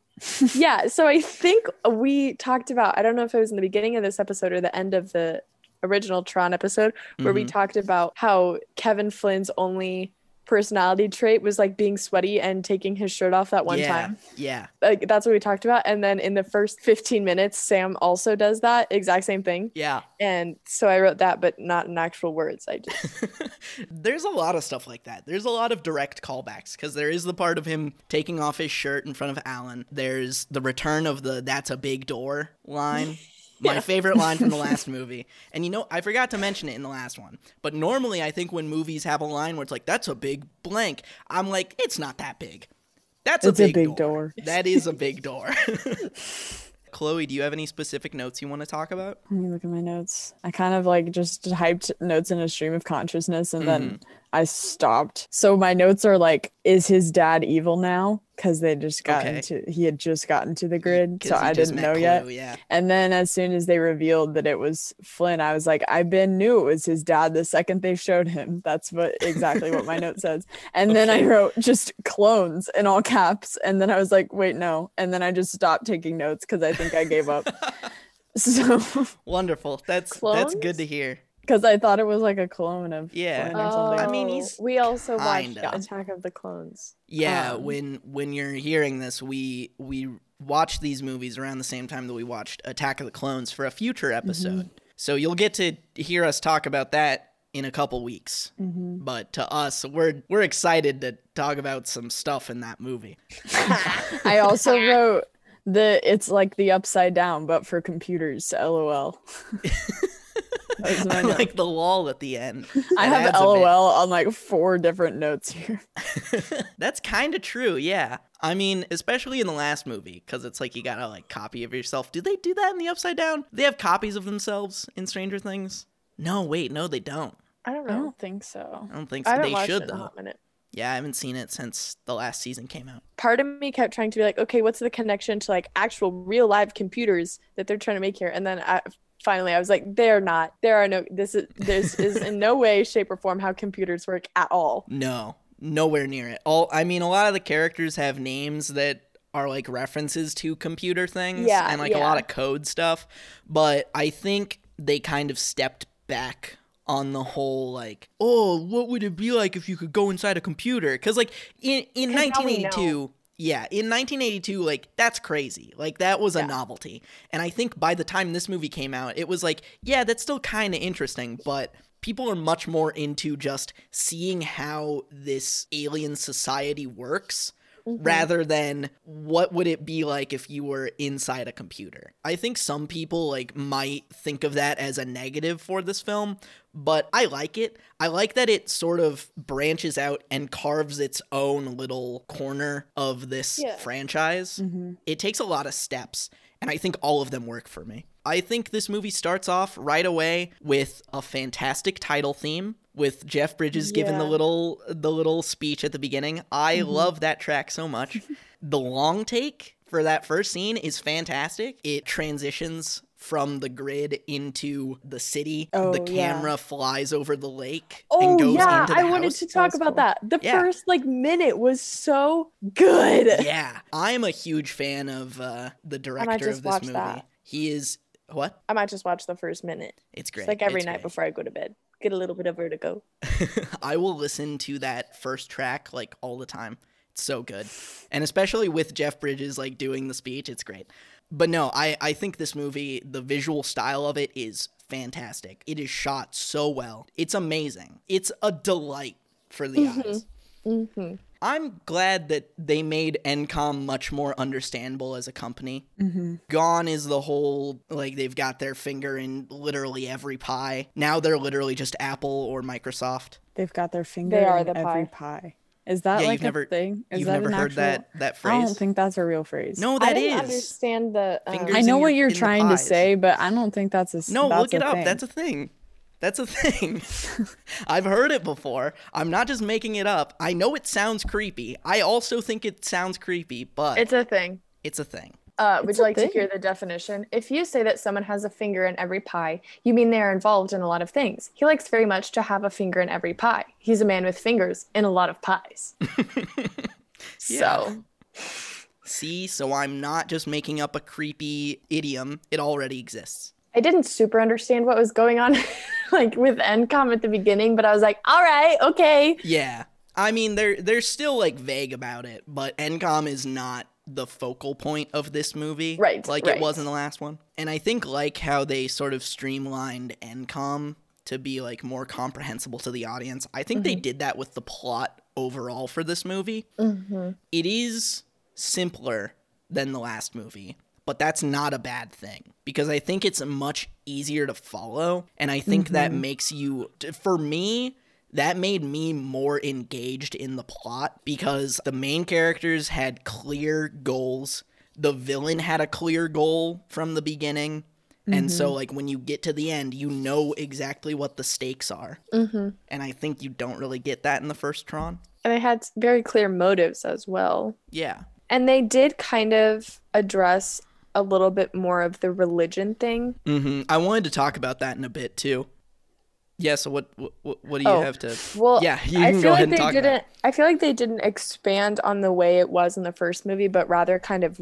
S3: yeah, so I think we talked about I don't know if it was in the beginning of this episode or the end of the original Tron episode where we
S1: Mhm.
S3: talked about how Kevin Flynn's only personality trait was like being sweaty and taking his shirt off that one
S1: yeah,
S3: time.
S1: Yeah,
S3: Like that's what we talked about and then in the first 15 minutes Sam also does that exact same thing.
S1: yeah.
S3: And so I wrote that, but not in actual words. I just
S1: There's a lot of stuff like that. There's a lot of direct callbacks because there is the part of him taking off his shirt in front of Alan. There's the return of the "That's a big door" line. My favorite line from the last movie. And you know, I forgot to mention it in the last one. But normally, I think when movies have a line where it's like, that's a big blank, I'm like, it's not that big. That's
S2: It's
S1: a big, door. That is a big door. Chloe, do you have any specific notes you want to talk about?
S2: Let me look at my notes. I kind of like just hyped notes in a stream of consciousness and then
S1: Mm-hmm.
S2: I stopped. So my notes are like, is his dad evil now? Because they just got
S1: Okay.
S2: into he had just gotten to the grid.
S1: 'Cause
S2: So
S1: you
S2: I
S1: just met
S2: didn't know
S1: Chloe,
S2: yet.
S1: Yeah.
S2: And then as soon as they revealed that it was Flynn, I was like, I Ben knew it was his dad the second they showed him. That's what exactly what my note says. And then I wrote just clones in all caps. And then I was like, wait, no. And then I just stopped taking notes because I think I gave up. so
S1: Wonderful. That's that's good to hear.
S2: because I thought it was like a clone of
S1: Yeah.
S2: Flynn or
S3: Oh.
S2: something.
S1: I mean, he's
S3: we also watched
S1: kinda-
S3: Attack of the Clones.
S1: Yeah,
S2: Um,
S1: when when you're hearing this, we we watched these movies around the same time that we watched Attack of the Clones for a future
S2: Mm-hmm.
S1: episode. So you'll get to hear us talk about that in a couple weeks.
S2: Mhm.
S1: But to us, we're we're excited to talk about some stuff in that movie.
S3: Oh.
S2: I also wrote the it's like the upside down, but for computers. LOL. that was my note.
S1: like the lol at the end.
S2: I
S1: That
S2: have
S1: adds a bit.
S2: LOL on like four different notes here.
S1: That's kind of true, yeah. I mean, especially in the last movie, because it's like you got a like copy of yourself. Do they do that in the Upside Down? They have copies of themselves in Stranger Things. No, wait, no, they don't.
S3: I don't
S2: I
S3: know.
S2: don't think so.
S1: I don't think so.
S3: I haven't
S1: Oh. they
S3: watched
S1: should
S3: it in a
S1: though.
S3: hot minute.
S1: Yeah, I haven't seen it since the last season came out.
S3: Part of me kept trying to be like, okay, what's the connection to like actual real live computers that they're trying to make here? And then I, finally, I was like, they're not. There are no. This is this is in no way, shape, or form how computers work at all.
S1: No, nowhere near it. All I mean, a lot of the characters have names that are like references to computer things
S3: Yeah,
S1: and like a
S3: yeah.
S1: lot of code stuff, but I think they kind of stepped back on the whole like, oh, what would it be like if you could go inside a computer? Cuz like in in
S3: 'Cause now we
S1: 1982 yeah, in 1982, like, that's crazy. Like, that was a
S3: Yeah.
S1: novelty. And I think by the time this movie came out, it was like, yeah, that's still kind of interesting, but people are much more into just seeing how this alien society works
S3: Mhm.
S1: rather than what would it be like if you were inside a computer. I think some people like might think of that as a negative for this film, but I like it. I like that it sort of branches out and carves its own little corner of this
S3: Yeah.
S1: franchise.
S2: Mm-hmm.
S1: It takes a lot of steps, and I think all of them work for me. I think this movie starts off right away with a fantastic title theme with Jeff Bridges giving the
S3: Yeah. Mm-hmm.
S1: little the little speech at the beginning. I love that track so much. the long take for that first scene is fantastic. It transitions from the grid into the city.
S2: Oh,
S1: the
S2: yeah.
S1: camera flies over the lake and
S3: Oh
S1: goes
S3: yeah,
S1: into the
S3: I wanted
S1: house.
S3: to
S2: That
S3: talk
S2: was
S3: about
S2: cool.
S3: that. The
S1: Yeah.
S3: first like minute was so good.
S1: yeah, I'm a huge fan of uh, the director
S3: just
S1: of this
S3: watched
S1: movie.
S3: that.
S1: He is what?
S3: I might just watch the first minute.
S1: It's great.
S3: It's like every
S1: It's
S3: night
S1: great.
S3: before I go to bed. Get a little bit of vertigo.
S1: I will listen to that first track like all the time. It's so good. And especially with Jeff Bridges like doing the speech, it's great. But no, I I think this movie, the visual style of it is fantastic. It is shot so well. It's amazing. It's a delight for the
S3: Mhm.
S1: eyes.
S3: Mm-hmm.
S1: I'm glad that they made Encom much more understandable as a company.
S2: Mm-hmm.
S1: Gone is the whole like they've got their finger in literally every pie. Now they're literally just Apple or Microsoft.
S2: They've got their finger
S3: They are
S2: in
S3: the
S2: every pie. Is that
S1: Yeah,
S2: like
S1: you've
S2: a
S1: never-
S2: thing? Is
S1: You've
S2: that
S1: never
S2: an
S1: heard
S2: actual-
S1: that that
S2: I
S1: phrase?
S2: don't think that's a real phrase.
S1: no,
S3: I
S1: that
S3: didn't
S1: is.
S3: understand the. um,
S1: Fingers
S2: I
S1: in
S2: know
S1: your-
S2: what you're
S1: in the
S2: trying to
S1: pies.
S2: say, but I don't think that's a s-
S1: No,
S2: that's
S1: look it
S2: a
S1: up.
S2: thing.
S1: That's a thing. That's a thing. I've heard it before. I'm not just making it up. I know it sounds creepy. I also think it sounds creepy, but
S3: It's a thing.
S1: it's a thing.
S3: Uh, would
S2: It's
S3: you
S2: a
S3: like to hear
S2: thing.
S3: the definition? If you say that someone has a finger in every pie, you mean they are involved in a lot of things. He likes very much to have a finger in every pie. He's a man with fingers in a lot of pies.
S1: Yeah.
S3: So,
S1: See, so I'm not just making up a creepy idiom. It already exists.
S3: I didn't super understand what was going on, like with Encom at the beginning, but I was like, all right, okay.
S1: Yeah. I mean, they're they're still like vague about it, but Encom is not the focal point of this movie,
S3: Right,
S1: Like
S3: right.
S1: it was in the last one, and I think like how they sort of streamlined Encom to be like more comprehensible to the audience. I think they did that with the plot overall for this movie.
S3: Mm-hmm,
S1: It is simpler than the last movie, but that's not a bad thing because I think it's much easier to follow. And I think that makes you, t- for me, that made me more engaged in the plot because the main characters had clear goals. The villain had a clear goal from the beginning. And so, like, when you get to the end, you know exactly what the stakes are.
S3: Mm-hmm.
S1: And I think you don't really get that in the first Tron.
S3: And they had very clear motives as well.
S1: Yeah.
S3: And they did kind of address a little bit more of the religion thing.
S1: hmm I wanted to talk about that in a bit too. Yeah. So what what, what do you
S3: Oh,
S1: have to?
S3: Well,
S1: yeah, you
S3: I
S1: can
S3: feel
S1: go
S3: like
S1: ahead and
S3: they
S1: talk
S3: didn't.
S1: about. It.
S3: I feel like they didn't expand on the way it was in the first movie, but rather kind of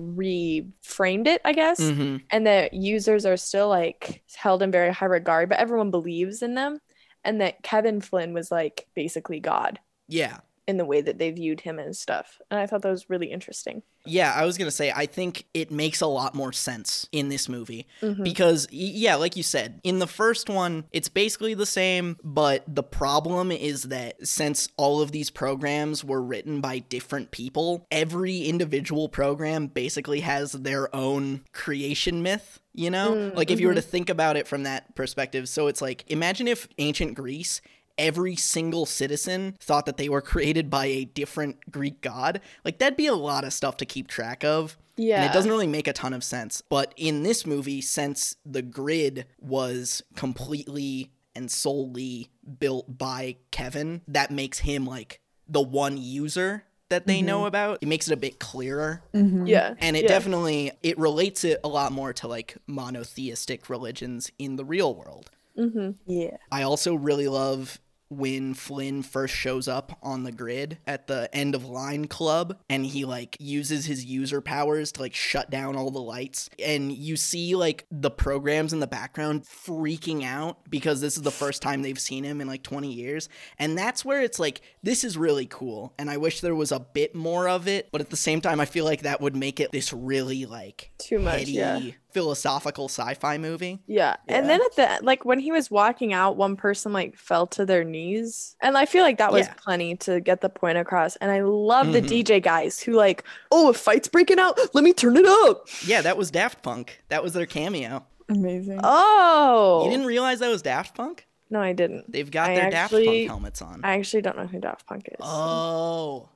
S3: reframed it, I guess.
S1: hmm
S3: And the users are still like held in very high regard, but everyone believes in them. And that Kevin Flynn was like basically God
S1: Yeah.
S3: in the way that they viewed him and stuff. And I thought that was really interesting.
S1: Yeah, I was going to say I think it makes a lot more sense in this movie
S3: Mhm.
S1: because y- yeah, like you said, in the first one it's basically the same, but the problem is that since all of these programs were written by different people, every individual program basically has their own creation myth, you know?
S3: Mm,
S1: like if you were to think about it from that perspective, so it's like imagine if ancient Greece every single citizen thought that they were created by a different Greek god. Like, that'd be a lot of stuff to keep track of.
S3: Yeah.
S1: And it doesn't really make a ton of sense. But in this movie, since the grid was completely and solely built by Kevin, that makes him like the one user that they know about. It makes it a bit clearer
S2: Mhm.
S3: Yeah.
S1: and it
S3: Mm-hmm. yeah.
S1: definitely it relates it a lot more to like monotheistic religions in the real world.
S3: Mhm.
S2: Yeah.
S1: I also really love when Flynn first shows up on the grid at the end of line club and he like uses his user powers to like shut down all the lights and you see like the programs in the background freaking out because this is the first time they've seen him in like 20 years and that's where it's like this is really cool and I wish there was a bit more of it but at the same time I feel like that would make it this really like
S3: Too much.
S1: heady
S3: Yeah.
S1: philosophical sci-fi movie
S3: Yeah. And then at the like when he was walking out, one person like fell to their knees. And I feel like that was
S1: Yeah.
S3: plenty to get the point across. And I love
S1: Mhm.
S3: the DJ guys who like, oh, a fight's breaking out, let me turn it up.
S1: yeah that was Daft Punk that was their cameo
S2: Amazing.
S3: Oh.
S1: You didn't realize that was Daft Punk?
S3: No, I didn't.
S1: They've got
S3: I
S1: their Daft Punk
S3: actually-
S1: helmets on.
S3: I actually don't know who Daft Punk is.
S1: oh.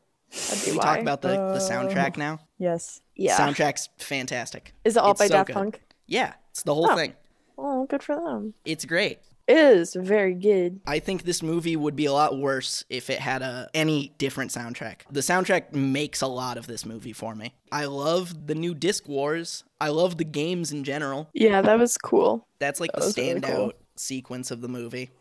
S3: That'd be
S1: Can we
S3: why.
S1: talk about the, the
S2: Oh.
S1: soundtrack now?
S2: yes.
S3: Um, yeah.
S1: Soundtrack's fantastic.
S3: is it all
S1: it's
S3: by
S1: so
S3: Daft
S1: good.
S3: Punk?
S1: Yeah, it's the whole
S3: Oh.
S1: thing.
S3: Oh, good for them.
S1: It's great.
S3: It is very good.
S1: I think this movie would be a lot worse if it had a any different soundtrack. The soundtrack makes a lot of this movie for me. I love the new Disc Wars. I love the games in general.
S3: Yeah, that was cool.
S1: That's like
S2: That
S1: the
S2: was really
S1: standout
S2: cool.
S1: sequence of the movie.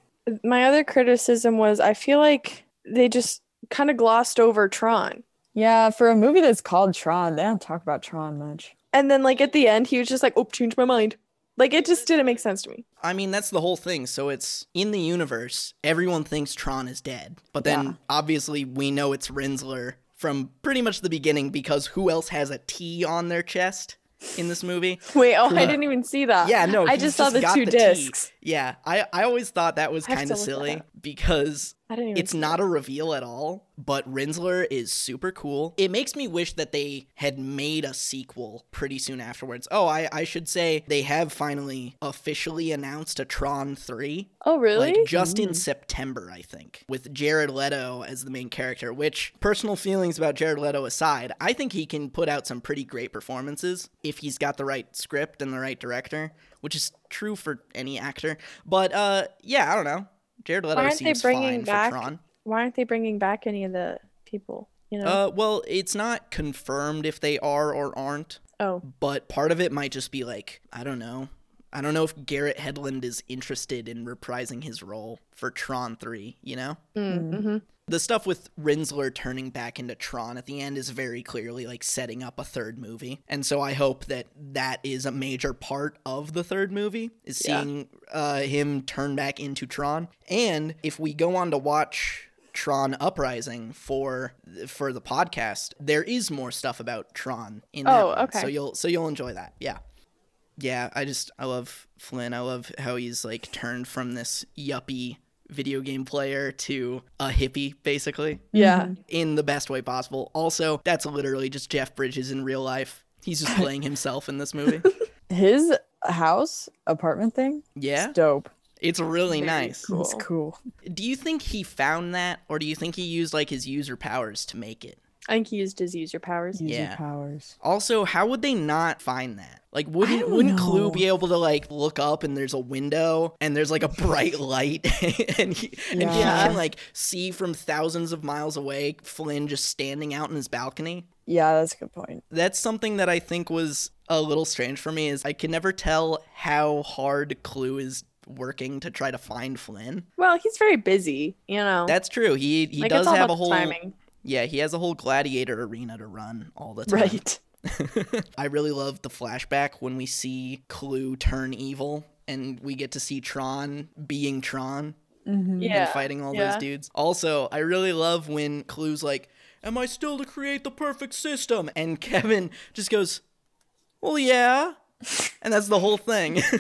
S3: My other criticism was I feel like they just kind of glossed over Tron.
S2: Yeah, for a movie that's called Tron, they don't talk about Tron much.
S3: And then like at the end, he was just like, "Oh, change my mind." Like it just didn't make sense to me.
S1: I mean, that's the whole thing. So it's in the universe, everyone thinks Tron is dead. But then
S2: Yeah.
S1: obviously we know it's Rinsler from pretty much the beginning because who else has a T on their chest in this movie?
S3: Wait, oh, I
S1: Yeah.
S3: didn't even see that.
S1: Yeah, no,
S3: I
S1: he's
S3: just saw the
S1: got
S3: two
S1: T.
S3: discs.
S1: Yeah, I, I always thought that was
S3: I have
S1: kind of
S3: to look that
S1: silly
S3: up.
S1: because
S3: I didn't even
S1: it's not a reveal at all, but Rinsler is super cool. It makes me wish that they had made a sequel pretty soon afterwards. Oh, I, I should say they have finally officially announced a Tron 3.
S3: Oh really?
S1: Like just
S4: Hmm.
S1: in September, I think, with Jared Leto as the main character, which personal feelings about Jared Leto aside, I think he can put out some pretty great performances if he's got the right script and the right director, which is true for any actor. But uh yeah, I don't know. Jared Leto
S4: aren't they
S1: seems
S4: bringing
S1: fine
S4: back-
S1: for Tron.
S4: Why aren't they bringing back any of the people? You know?
S1: Uh, well, it's not confirmed if they are or aren't,
S4: oh,
S1: but part of it might just be like, I don't know. I don't know if Garrett Hedlund is interested in reprising his role for Tron 3, you know?
S4: mm,
S1: mm.
S3: mm-hmm.
S1: The stuff with Rinsler turning back into Tron at the end is very clearly like setting up a third movie. And so I hope that that is a major part of the third movie is
S4: Yeah.
S1: seeing uh, him turn back into Tron. And if we go on to watch Tron Uprising for for the podcast, there is more stuff about Tron in that
S4: Oh,
S1: one.
S4: okay.
S1: So you'll so you'll enjoy that. Yeah. Yeah, I just I love Flynn. I love how he's like turned from this yuppie video game player to a hippie basically
S2: Yeah.
S1: in the best way possible. Also, that's literally just Jeff Bridges in real life. He's just playing himself in this movie.
S2: His house apartment thing.
S1: Yeah,
S2: It's dope.
S1: it's really
S3: Very
S1: nice.
S3: cool.
S2: It's cool.
S1: Do you think he found that or do you think he used like his user powers to make it?
S4: I think he used his user powers.
S2: User
S1: Yeah.
S2: powers.
S1: Also, how would they not find that? Like, wouldn't
S2: don't
S1: wouldn't Clue
S2: know.
S1: be able to like look up and there's a window and there's like a bright light and he, and he
S2: Yeah.
S1: can like see from thousands of miles away Flynn just standing out in his balcony?
S2: Yeah, that's a good point.
S1: That's something that I think was a little strange for me is I can never tell how hard Clue is working to try to find Flynn.
S4: Well, he's very busy, you know.
S1: That's true. He he
S4: like
S1: does
S4: it's all
S1: have
S4: about
S1: a whole
S4: the timing.
S1: yeah he has a whole gladiator arena to run all the time.
S2: Right.
S1: I really love the flashback when we see Clue turn evil and we get to see Tron being Tron
S3: Mm-hmm.
S2: Mhm.
S4: Yeah.
S1: and fighting all
S4: yeah.
S1: those dudes. Also, I really love when Clue's like, Am I still to create the perfect system? And Kevin just goes, Well, yeah. And that's the whole thing. How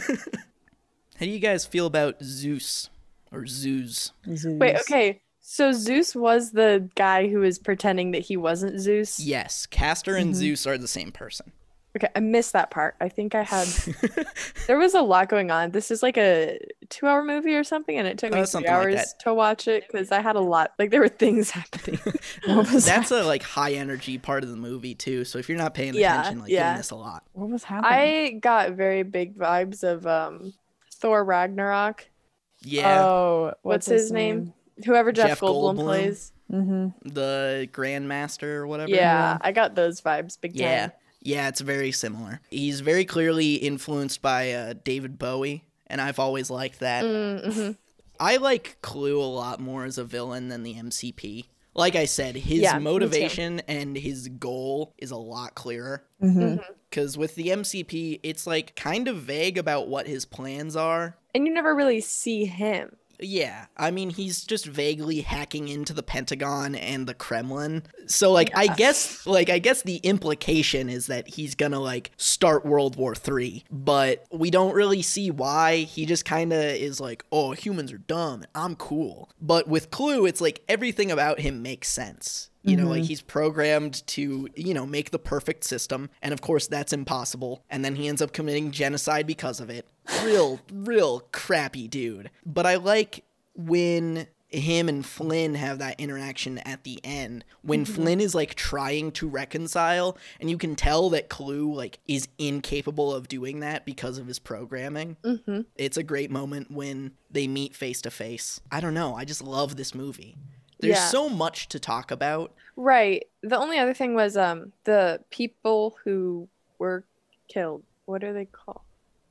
S1: do you guys feel about Zeus or Zeus?
S2: Zeus.
S4: Wait, okay. So Zeus was the guy who was pretending that he wasn't Zeus.
S1: Yes, Castor
S4: Mm-hmm.
S1: and Zeus are the same person.
S4: Okay, I missed that part. I think I had there was a lot going on. This is like a two-hour movie or something, and it took
S1: Uh,
S4: me three
S1: something like
S4: hours
S1: that.
S4: to watch it because I had a lot. Like there were things happening.
S2: What was,
S1: That's a like high energy part of the movie too. So if you're not paying
S4: Yeah,
S1: attention, like
S4: yeah.
S1: you miss a lot.
S2: what was happening?
S4: I got very big vibes of um, Thor Ragnarok.
S1: Yeah.
S2: Oh,
S4: What's his name? Whoever Jeff,
S1: Jeff
S4: Goldblum,
S1: Goldblum.
S4: plays.
S2: Mm-hmm.
S1: the Grandmaster or whatever.
S4: Yeah, I got those vibes big time.
S1: Yeah. Yeah, it's very similar. He's very clearly influenced by uh, David Bowie, and I've always liked that.
S4: Mm-hmm.
S1: I like Clue a lot more as a villain than the MCP. Like I said, his
S4: Yeah, me too.
S1: motivation and his goal is a lot clearer.
S2: Mm-hmm.
S1: Because with the MCP, it's like kind of vague about what his plans are.
S4: And you never really see him.
S1: Yeah, I mean, he's just vaguely hacking into the Pentagon and the Kremlin. So, like, I guess, like, I guess the implication is that he's gonna like start World War Three, but we don't really see why. He just kind of is like, "Oh, humans are dumb. and I'm cool." But with Clue, it's like everything about him makes sense. You know, like he's programmed to, you know, make the perfect system. And of course, that's impossible. And then he ends up committing genocide because of it. Real, real crappy dude. But I like when him and Flynn have that interaction at the end when Flynn is like trying to reconcile and you can tell that Clue like is incapable of doing that because of his programming.
S4: Mm-hmm.
S1: It's a great moment when they meet face to face. I don't know, I just love this movie. There's
S4: Yeah.
S1: so much to talk about.
S4: Right. The only other thing was um the people who were killed. What are they called?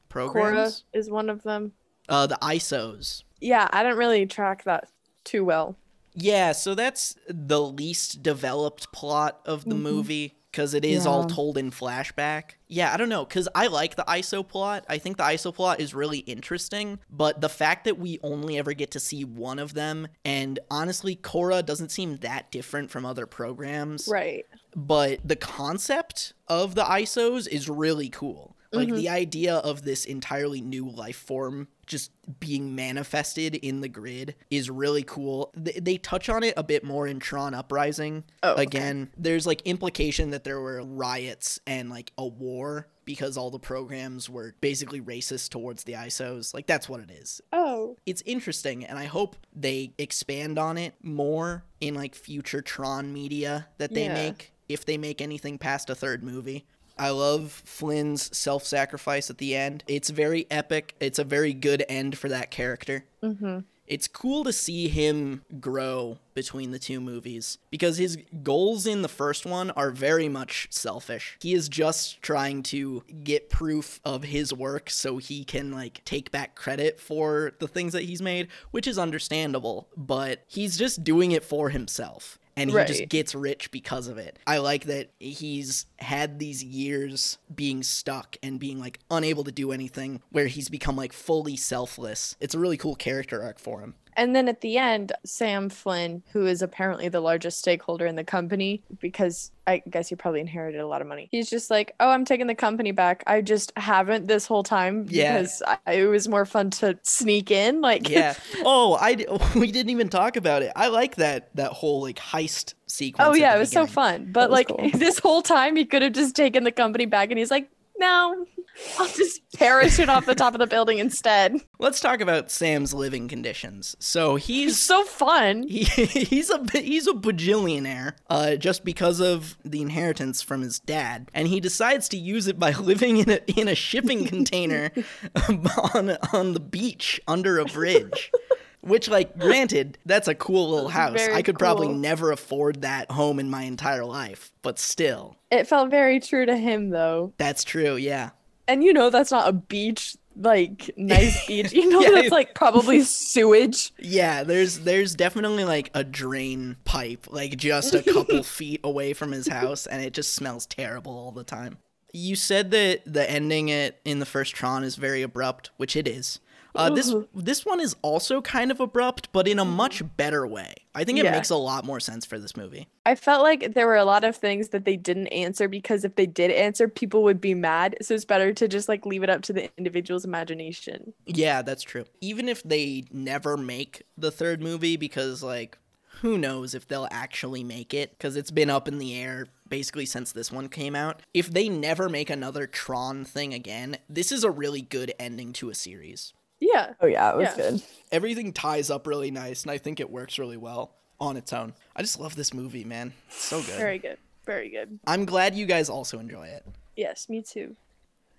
S4: Cora
S1: Programs?
S4: is one of them.
S1: Uh the ISOs.
S4: Yeah, I didn't really track that too well.
S1: Yeah, so that's the least developed plot of the movie because it is all
S2: Yeah.
S1: told in flashback. Yeah, I don't know because I like the ISO plot. I think the ISO plot is really interesting, but the fact that we only ever get to see one of them, and honestly, Korra doesn't seem that different from other programs
S4: Right.
S1: but the concept of the ISOs is really cool. Like
S3: Mhm.
S1: the idea of this entirely new life form just being manifested in the grid is really cool. They, they touch on it a bit more in Tron Uprising.
S3: Oh, okay.
S1: Again, there's like implication that there were riots and like a war because all the programs were basically racist towards the ISOs. Like that's what it is.
S3: Oh.
S1: It's interesting and I hope they expand on it more in like future Tron media that they
S3: Yeah.
S1: make if they make anything past a third movie. I love Flynn's self-sacrifice at the end. It's very epic. It's a very good end for that character
S3: Mm-hmm.
S1: it's cool to see him grow between the two movies because his goals in the first one are very much selfish. He is just trying to get proof of his work so he can like take back credit for the things that he's made, which is understandable, but he's just doing it for himself and he just
S3: Right.
S1: gets rich because of it. I like that he's had these years being stuck and being like unable to do anything where he's become like fully selfless. It's a really cool character arc for him.
S3: And then at the end, Sam Flynn, who is apparently the largest stakeholder in the company, because I guess he probably inherited a lot of money, he's just like, Oh, I'm taking the company back. I just haven't this whole time
S1: Yeah.
S3: because I, it was more fun to sneak in. Like,
S1: Yeah. Oh, I d- we didn't even talk about it. I like that that whole like heist sequence.
S3: oh,
S1: at
S3: yeah,
S1: the
S3: it was so
S1: beginning.
S3: fun. But
S2: was
S3: like,
S2: cool.
S3: this whole time, he could have just taken the company back and he's like, No, I'll just parachute off the top of the building instead.
S1: Let's talk about Sam's living conditions. So
S3: It's
S1: he's
S3: so fun.
S1: he, he's a he's a bajillionaire uh, just because of the inheritance from his dad, and he decides to use it by living in a in a shipping container on on the beach under a bridge. Which, like, granted, that's a cool little house.
S3: Very
S1: I could probably
S3: cool.
S1: never afford that home in my entire life, but still,
S3: It felt very true to him, though.
S1: that's true. Yeah,
S3: and you know that's not a beach like nice beach you know
S1: Yeah,
S3: that's
S1: it-
S3: like probably sewage
S1: yeah. There's there's definitely like a drain pipe, like just a couple feet away from his house, and it just smells terrible all the time. You said that the ending it in the first Tron is very abrupt, which it is. Uh, this this one is also kind of abrupt, but in a much better way. I think it
S3: Yeah.
S1: makes a lot more sense for this movie.
S3: i felt like there were a lot of things that they didn't answer because if they did answer people would be mad so it's better to just like leave it up to the individual's imagination
S1: Yeah, that's true. Even if they never make the third movie, because, like, who knows if they'll actually make it, because it's been up in the air basically since this one came out. If they never make another Tron thing again, this is a really good ending to a series.
S3: yeah
S2: Oh yeah, it was
S3: Yeah.
S2: good.
S1: Everything ties up really nice, and I think it works really well on its own. I just love this movie, man. It's so good.
S3: very good very good
S1: I'm glad you guys also enjoy it.
S3: yes me too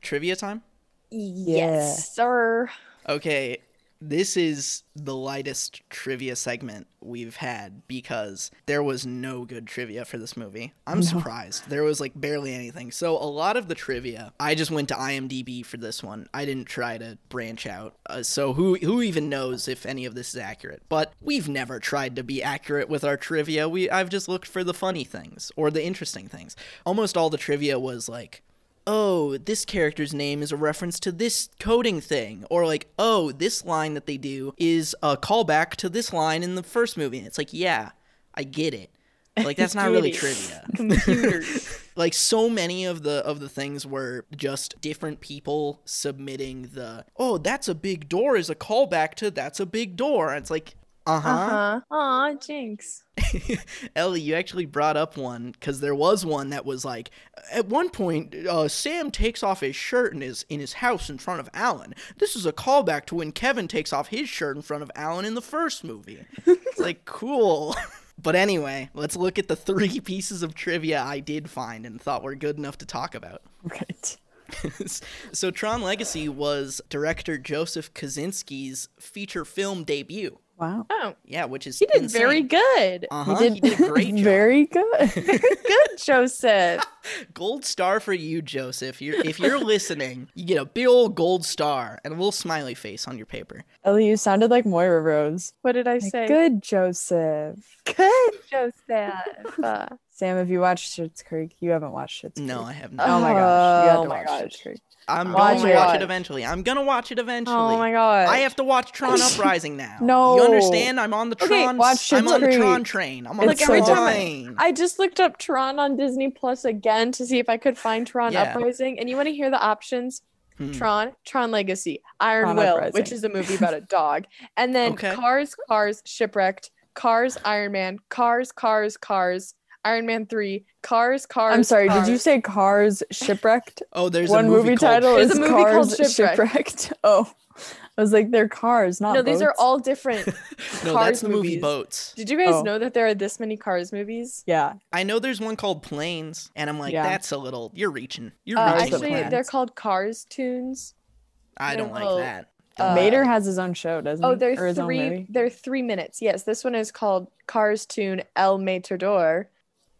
S1: Trivia time?
S3: yes sir
S1: Okay, this is the lightest trivia segment we've had because there was no good trivia for this movie. I'm surprised. There was like barely anything. So, a lot of the trivia, I just went to IMDb for this one. I didn't try to branch out. Uh, so, who who even knows if any of this is accurate? But we've never tried to be accurate with our trivia. We I've just looked for the funny things or the interesting things. Almost all the trivia was like oh, this character's name is a reference to this coding thing, or like, oh, this line that they do is a callback to this line in the first movie. And it's like, yeah, I get it. Like that's not really
S3: Get it.
S1: trivia.
S3: computers
S1: Like so many of the of the things were just different people submitting the oh that's a big door is a callback to that's a big door. And it's like uh-huh.
S3: uh-huh aw jinx
S1: Ellie, you actually brought up one because there was one that was like, at one point, uh, Sam takes off his shirt in his in his house in front of Alan. This is a callback to when Kevin takes off his shirt in front of Alan in the first movie. it's like cool. But anyway, let's look at the three pieces of trivia I did find and thought were good enough to talk about.
S2: Right.
S1: so Tron Legacy was director Joseph Kaczynski's feature film debut.
S2: Wow.
S3: oh
S1: Yeah, which is
S3: he did
S1: insane.
S3: very good
S1: Uh-huh, he did, a great job.
S2: Very good.
S3: good joseph
S1: Gold star for you, Joseph. You're, if you're listening, you get a big old gold star and a little smiley face on your paper.
S2: Ellie, you sounded like Moira Rose.
S3: what did i
S2: Like,
S3: say
S2: Good, Joseph.
S3: good joseph Uh,
S2: Sam, have you watched Schitt's Creek? You haven't watched Schitt's Creek.
S1: No, I have not.
S2: Oh my gosh. You have
S3: Oh
S2: to
S3: my
S2: watch
S3: gosh.
S2: Schitt's Creek.
S1: I'm
S3: Watch
S1: going
S3: it.
S1: to watch it eventually. I'm going to watch it eventually.
S3: Oh my god.
S1: I have to watch Tron Uprising now.
S2: No.
S1: You understand? I'm on the
S3: Okay,
S1: Tron
S2: watch
S1: I'm on the
S2: Schitt's
S1: Tron
S2: Creek.
S1: train. I'm on
S2: It's
S1: the
S2: so
S1: Tron
S3: different.
S1: train.
S3: I just looked up Tron on Disney Plus again to see if I could find Tron
S1: Yeah.
S3: Uprising. And you want to hear the options?
S1: Hmm.
S3: Tron, Tron Legacy, Iron
S2: Tron
S3: Will,
S2: Uprising.
S3: which is a movie about a dog, and then
S1: Okay.
S3: Cars, Cars, Shipwrecked, Cars, Iron Man, Cars, Cars, Cars, Iron Man 3, Cars, Cars.
S2: I'm sorry. Did you
S3: Cars.
S2: say Cars Shipwrecked?
S1: Oh, there's
S2: One
S1: a movie,
S2: movie
S1: called
S2: title
S1: Shit.
S3: There's
S2: is
S3: a movie called
S2: Cars
S3: Shipwrecked.
S2: Shipwrecked. Oh, I was like, they're cars, not
S3: No, these are
S2: boats.
S3: all different.
S1: No,
S3: Cars
S1: that's the movie
S3: movies.
S1: Boats.
S3: Did you guys
S2: Oh.
S3: know that there are this many Cars movies?
S2: Yeah,
S1: I know there's one called Planes, and I'm like,
S2: Yeah.
S1: that's a little. You're reaching. You're
S3: Uh,
S1: reaching.
S2: Reasonable
S3: actually,
S1: Planes.
S3: they're called Cars Tunes.
S1: I don't
S3: little,
S1: like that.
S3: uh,
S2: Mater has his own show, doesn't
S3: Oh,
S2: he? Or
S3: they're
S2: his own
S3: three.
S2: movie?
S3: They're three minutes. Yes, this one is called Cars Tune El Matador,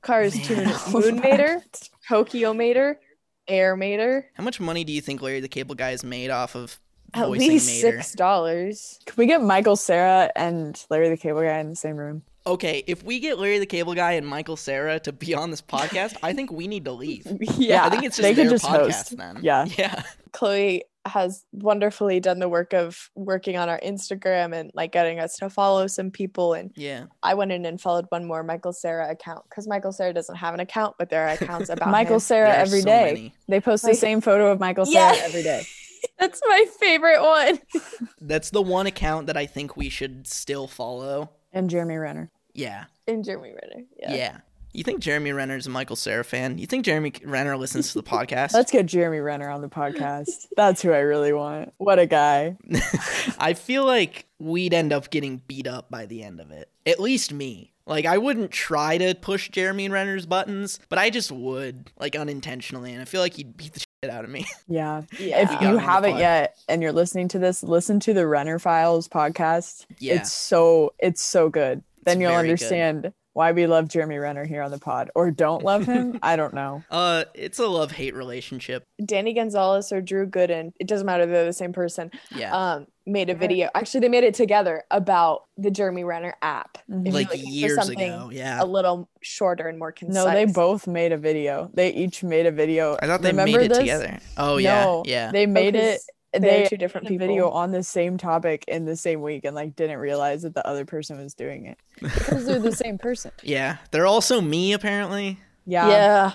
S3: Cars
S1: Man.
S3: Tune
S2: Oh
S3: Moon
S2: my
S3: Mater, Tokyo Mater, Air Mater.
S1: How much money do you think Larry the Cable Guy has made off of
S3: At
S1: voicing
S3: least
S1: Mater?
S3: six dollars.
S2: Can we get Michael, Sarah, and Larry the Cable Guy in the same room?
S1: Okay, if we get Larry the Cable Guy and Michael Sarah to be on this podcast, I think we need to leave.
S2: Yeah,
S1: I think it's just
S2: they
S1: their
S2: could just
S1: podcast
S2: host.
S1: then.
S2: Yeah.
S1: Yeah.
S3: Chloe has wonderfully done the work of working on our Instagram and like getting us to follow some people. And
S1: Yeah.
S3: I went in and followed one more Michael Sarah account because Michael Sarah doesn't have an account, but there are accounts about
S2: Michael
S3: him.
S2: Sarah
S1: There are
S2: every
S1: so
S2: day.
S1: many.
S2: They post the
S3: Like-
S2: same photo of Michael
S3: Yeah.
S2: Sarah every day.
S3: That's my favorite one.
S1: That's the one account that I think we should still follow.
S2: And Jeremy Renner.
S1: Yeah.
S3: And Jeremy Renner.
S1: Yeah. You think Jeremy Renner is a Michael Sarah fan? You think Jeremy Renner listens to the podcast?
S2: Let's get Jeremy Renner on the podcast. That's who I really want. What a guy.
S1: I feel like we'd end up getting beat up by the end of it. At least me. Like I wouldn't try to push Jeremy Renner's buttons, but I just would, like unintentionally, and I feel like he'd beat the shit out of me.
S2: Yeah.
S3: Yeah.
S2: If
S1: We got him on
S2: you
S1: the
S2: haven't
S1: pod.
S2: yet and you're listening to this, listen to the Renner Files podcast.
S1: yeah.
S2: It's so it's so good. Then you'll
S1: very good.
S2: understand why we love Jeremy Renner here on the pod or don't love him. I don't know.
S1: Uh it's a love hate relationship.
S3: Danny Gonzalez or Drew Gooden, it doesn't matter, they're the same person,
S1: Yeah.
S2: Uh,
S3: um, made a
S2: Right.
S3: video. Actually, they made it together about the Jeremy Renner app.
S2: Mhm.
S3: If you're
S1: like
S3: looking for
S1: years
S3: something
S1: ago. Yeah.
S2: uh,
S3: A little shorter and more concise.
S2: No, they both made a video. They each made a video.
S1: I thought they
S2: Remember
S1: made it
S2: this?
S1: together. Oh
S2: No,
S1: yeah. Yeah.
S2: They made it
S3: because
S2: they
S3: They're two different
S2: made a
S3: people.
S2: video on the same topic in the same week and like didn't realize that the other person was doing it. Because they're the same person.
S1: yeah. They're also me apparently.
S2: Yeah.
S3: Yeah.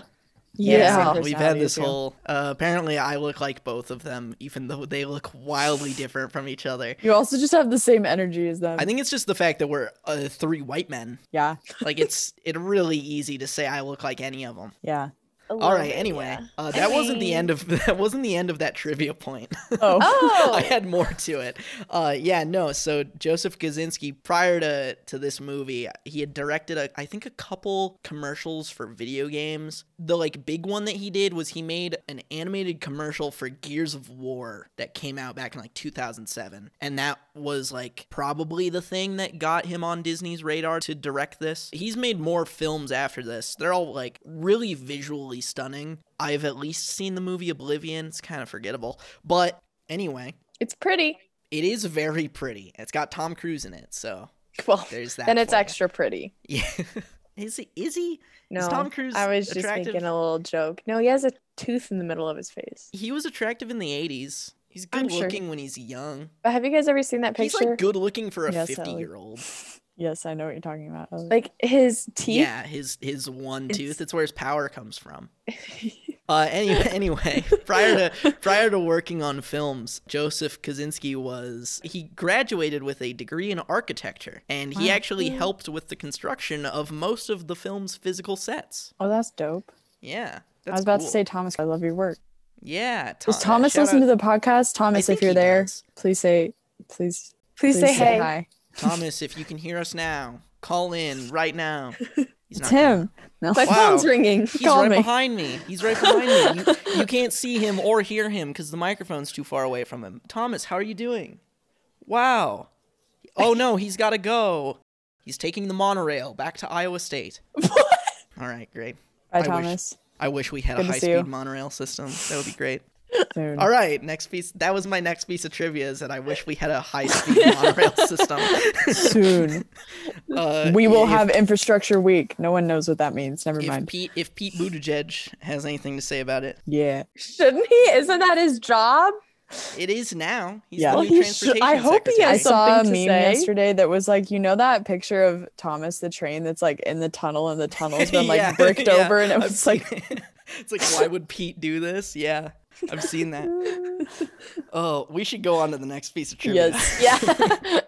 S3: Yeah.
S2: Same
S1: We've had
S2: personality
S1: this
S2: appeal.
S1: whole uh, apparently I look like both of them even though they look wildly different from each other.
S2: You also just have the same energy as them.
S1: I think it's just the fact that we're uh, three white men.
S2: yeah.
S1: Like it's it really easy to say I look like any of them.
S2: Yeah.
S3: A
S1: All
S3: little
S1: right.
S3: bit,
S1: Anyway,
S3: yeah.
S1: uh, that wasn't the end of that wasn't the end of that trivia point.
S2: Oh.
S3: Oh,
S1: I had more to it. Uh, yeah, no. So Joseph Kaczynski, prior to to this movie, he had directed a, I think a couple commercials for video games. The like big one that he did was he made an animated commercial for Gears of War that came out back in like 2007, and that was like probably the thing that got him on Disney's radar to direct this. He's made more films after this. They're all like really visually stunning. I've at least seen the movie Oblivion. It's kind of forgettable. But anyway,
S3: it's pretty.
S1: it is very pretty. It's got Tom Cruise in it, so
S3: Well,
S1: there's that.
S3: then it's
S1: for you.
S3: extra pretty.
S1: Yeah. is he? Is he?
S3: No,
S1: is Tom Cruise?
S3: I was just
S1: attractive?
S3: making a little joke. No, he has a tooth in the middle of his face.
S1: He was attractive in the '80s. He's
S3: I'm
S1: good
S3: sure.
S1: looking when he's young.
S3: But have you guys ever seen that picture?
S1: He's like good looking for a
S2: Yes, Ellie.
S1: fifty-year-old.
S2: Yes, I know what you're talking about. Ellie.
S3: Like, his teeth.
S1: Yeah, his his one
S3: It's-
S1: tooth. It's where his power comes from. Uh, anyway, anyway, prior to prior to working on films, Joseph Kaczynski was he graduated with a degree in architecture, and he
S2: Wow.
S1: actually helped with the construction of most of the film's physical sets.
S2: oh, that's dope.
S1: Yeah,
S2: I
S1: that's
S2: was about
S1: cool.
S2: to say, Thomas, I love your work.
S1: yeah. Tom,
S2: Does Thomas listen to the podcast? Thomas,
S1: think
S2: if you're
S1: he
S2: there,
S1: does.
S2: please say, please,
S3: Please, say hey.
S2: hi.
S1: Thomas? If you can hear us now, call in right now. He's
S2: It's
S1: not gonna-
S2: him. No.
S3: My
S1: Wow.
S3: phone's ringing.
S1: He's
S2: Call
S1: right
S2: me.
S1: behind me. He's right behind me. You, you can't see him or hear him because the microphone's too far away from him. Thomas, how are you doing? Wow. Oh no, he's got to go. He's taking the monorail back to Iowa State. All right, great. I
S2: Bye,
S1: wish-
S2: Thomas.
S1: I wish we had
S2: Good
S1: a
S2: to
S1: high
S2: see you.
S1: speed monorail system. That would be great.
S2: soon.
S1: All right, next piece. That was my next piece of trivia is that I wish we had a high speed monorail system.
S2: Soon.
S1: Uh,
S2: We will
S1: if-
S2: have infrastructure week. No one knows what that means. Never
S1: If
S2: mind.
S1: Pete, if Pete Buttigieg has anything to say about it,
S2: Yeah.
S3: Shouldn't he? Isn't that his job?
S1: it is now. He's
S2: Yeah.
S1: the
S2: Well,
S1: new
S4: he should-
S1: transportation
S4: I hope he
S1: secretary.
S2: I
S4: has some-
S2: saw a meme
S4: something to say?
S2: yesterday that was like, you know that picture of Thomas the train that's like in the tunnel and the tunnel's been like
S1: Yeah,
S2: bricked
S1: yeah.
S2: over and it
S1: I've
S2: was like
S1: seen it. it's like why would Pete do this? Yeah, I've seen that. Oh, we should go on to the next piece of trivia.
S2: Yes.
S3: Yeah.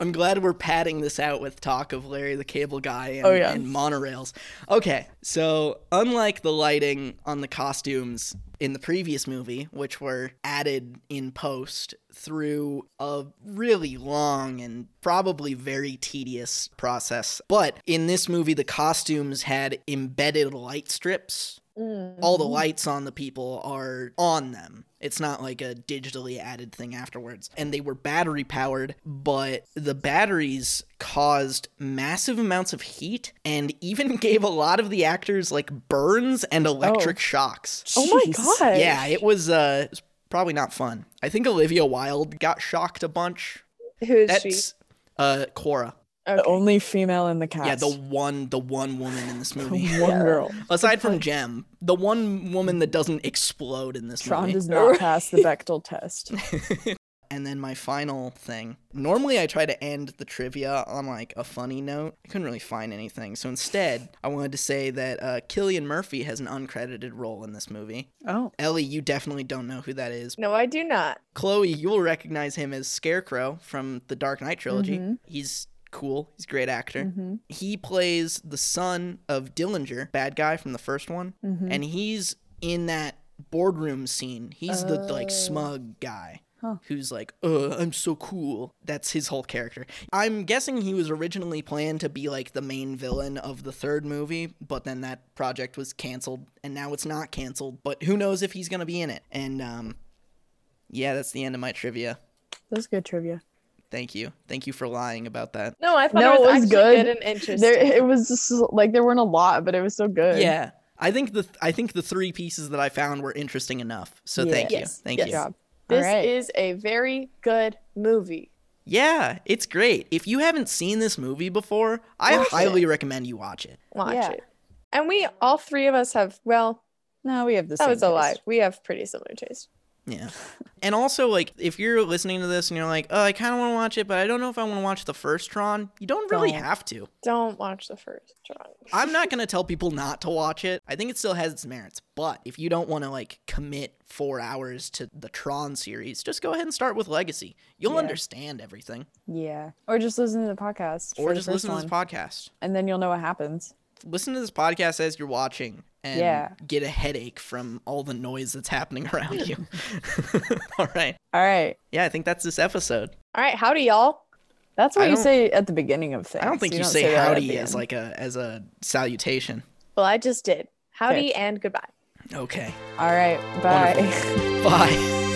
S1: I'm glad we're padding this out with talk of Larry the Cable Guy and,
S2: Oh, yeah.
S1: and monorails. Okay, so unlike the lighting on the costumes in the previous movie, which were added in post through a really long and probably very tedious process, but in this movie, the costumes had embedded light strips
S4: Mm.
S1: all the lights on the people are on them. It's not like a digitally added thing afterwards. And they were battery powered, but the batteries caused massive amounts of heat and even gave a lot of the actors like burns and electric shocks.
S4: Oh my
S2: Jeez.
S4: god.
S1: Yeah, it was uh it was probably not fun. I think Olivia Wilde got shocked a bunch.
S4: Who is she?
S1: That's uh Cora.
S2: The
S4: Okay.
S2: only female in the cast.
S1: Yeah, the one the one woman in this movie.
S2: one girl.
S1: Aside from Jem, the one woman that doesn't explode in this
S2: Tron
S1: movie.
S2: does not pass the Bechtel test.
S1: And then my final thing. Normally, I try to end the trivia on like a funny note. I couldn't really find anything, so instead, I wanted to say that uh, Killian Murphy has an uncredited role in this movie.
S2: Oh.
S1: Ellie, you definitely don't know who that is.
S4: No, I do not.
S1: Chloe, you will recognize him as Scarecrow from the Dark Knight trilogy.
S2: Mhm.
S1: He's cool. He's a great actor.
S2: Mm-hmm.
S1: He plays the son of Dillinger, bad guy from the first one,
S2: Mm-hmm.
S1: and he's in that boardroom scene. He's the like
S4: Oh.
S1: smug guy
S2: Huh.
S1: who's like, "Uh, I'm so cool." That's his whole character. I'm guessing he was originally planned to be like the main villain of the third movie, but then that project was canceled, and now it's not canceled. But who knows if he's gonna be in it? And um, yeah, that's the end of my trivia.
S2: That was good trivia.
S1: Thank you, thank you for lying about that.
S4: No, I thought
S2: No,
S4: it was,
S2: it was
S4: actually
S2: good.
S4: good. and interesting.
S2: There, it was just like there weren't a lot, but it was so good.
S1: Yeah. I think the I think the three pieces that I found were interesting enough. So
S2: Yeah.
S1: thank
S4: Yes.
S1: you, thank
S2: Good
S1: you.
S2: job.
S4: this
S2: All right.
S4: is a very good movie.
S1: Yeah, it's great. If you haven't seen this movie before, I
S4: Watch
S1: highly recommend you watch it.
S4: Watch
S2: Yeah.
S4: it. And we all three of us have well,
S2: No, we have this.
S4: that was a lie. We have pretty similar taste.
S1: Yeah. And also, like, if you're listening to this and you're like, oh, I kind of want to watch it, but I don't know if I want to watch the first Tron, you don't really
S2: Don't.
S1: have to.
S4: Don't watch the first Tron.
S1: I'm not going to tell people not to watch it. I think it still has its merits. But if you don't want to, like, commit four hours to the Tron series, just go ahead and start with Legacy. You'll
S2: Yeah.
S1: understand everything.
S2: Yeah, or just listen to the podcast,
S1: Or just listen to
S2: one,
S1: this podcast.
S2: and then you'll know what happens.
S1: Listen to this podcast as you're watching and
S2: Yeah.
S1: get a headache from all the noise that's happening around you. all right.
S2: All right,
S1: Yeah, I think that's this episode.
S4: All right, howdy y'all.
S2: that's
S1: I
S2: what you
S1: don't-
S2: say at the beginning of things.
S1: I don't think you,
S2: don't
S1: say
S2: that at
S1: howdy
S2: the
S1: as
S2: end.
S1: like a as a salutation.
S4: Well, I just did. Howdy and goodbye.
S1: Okay.
S2: All right, bye.
S1: Bye.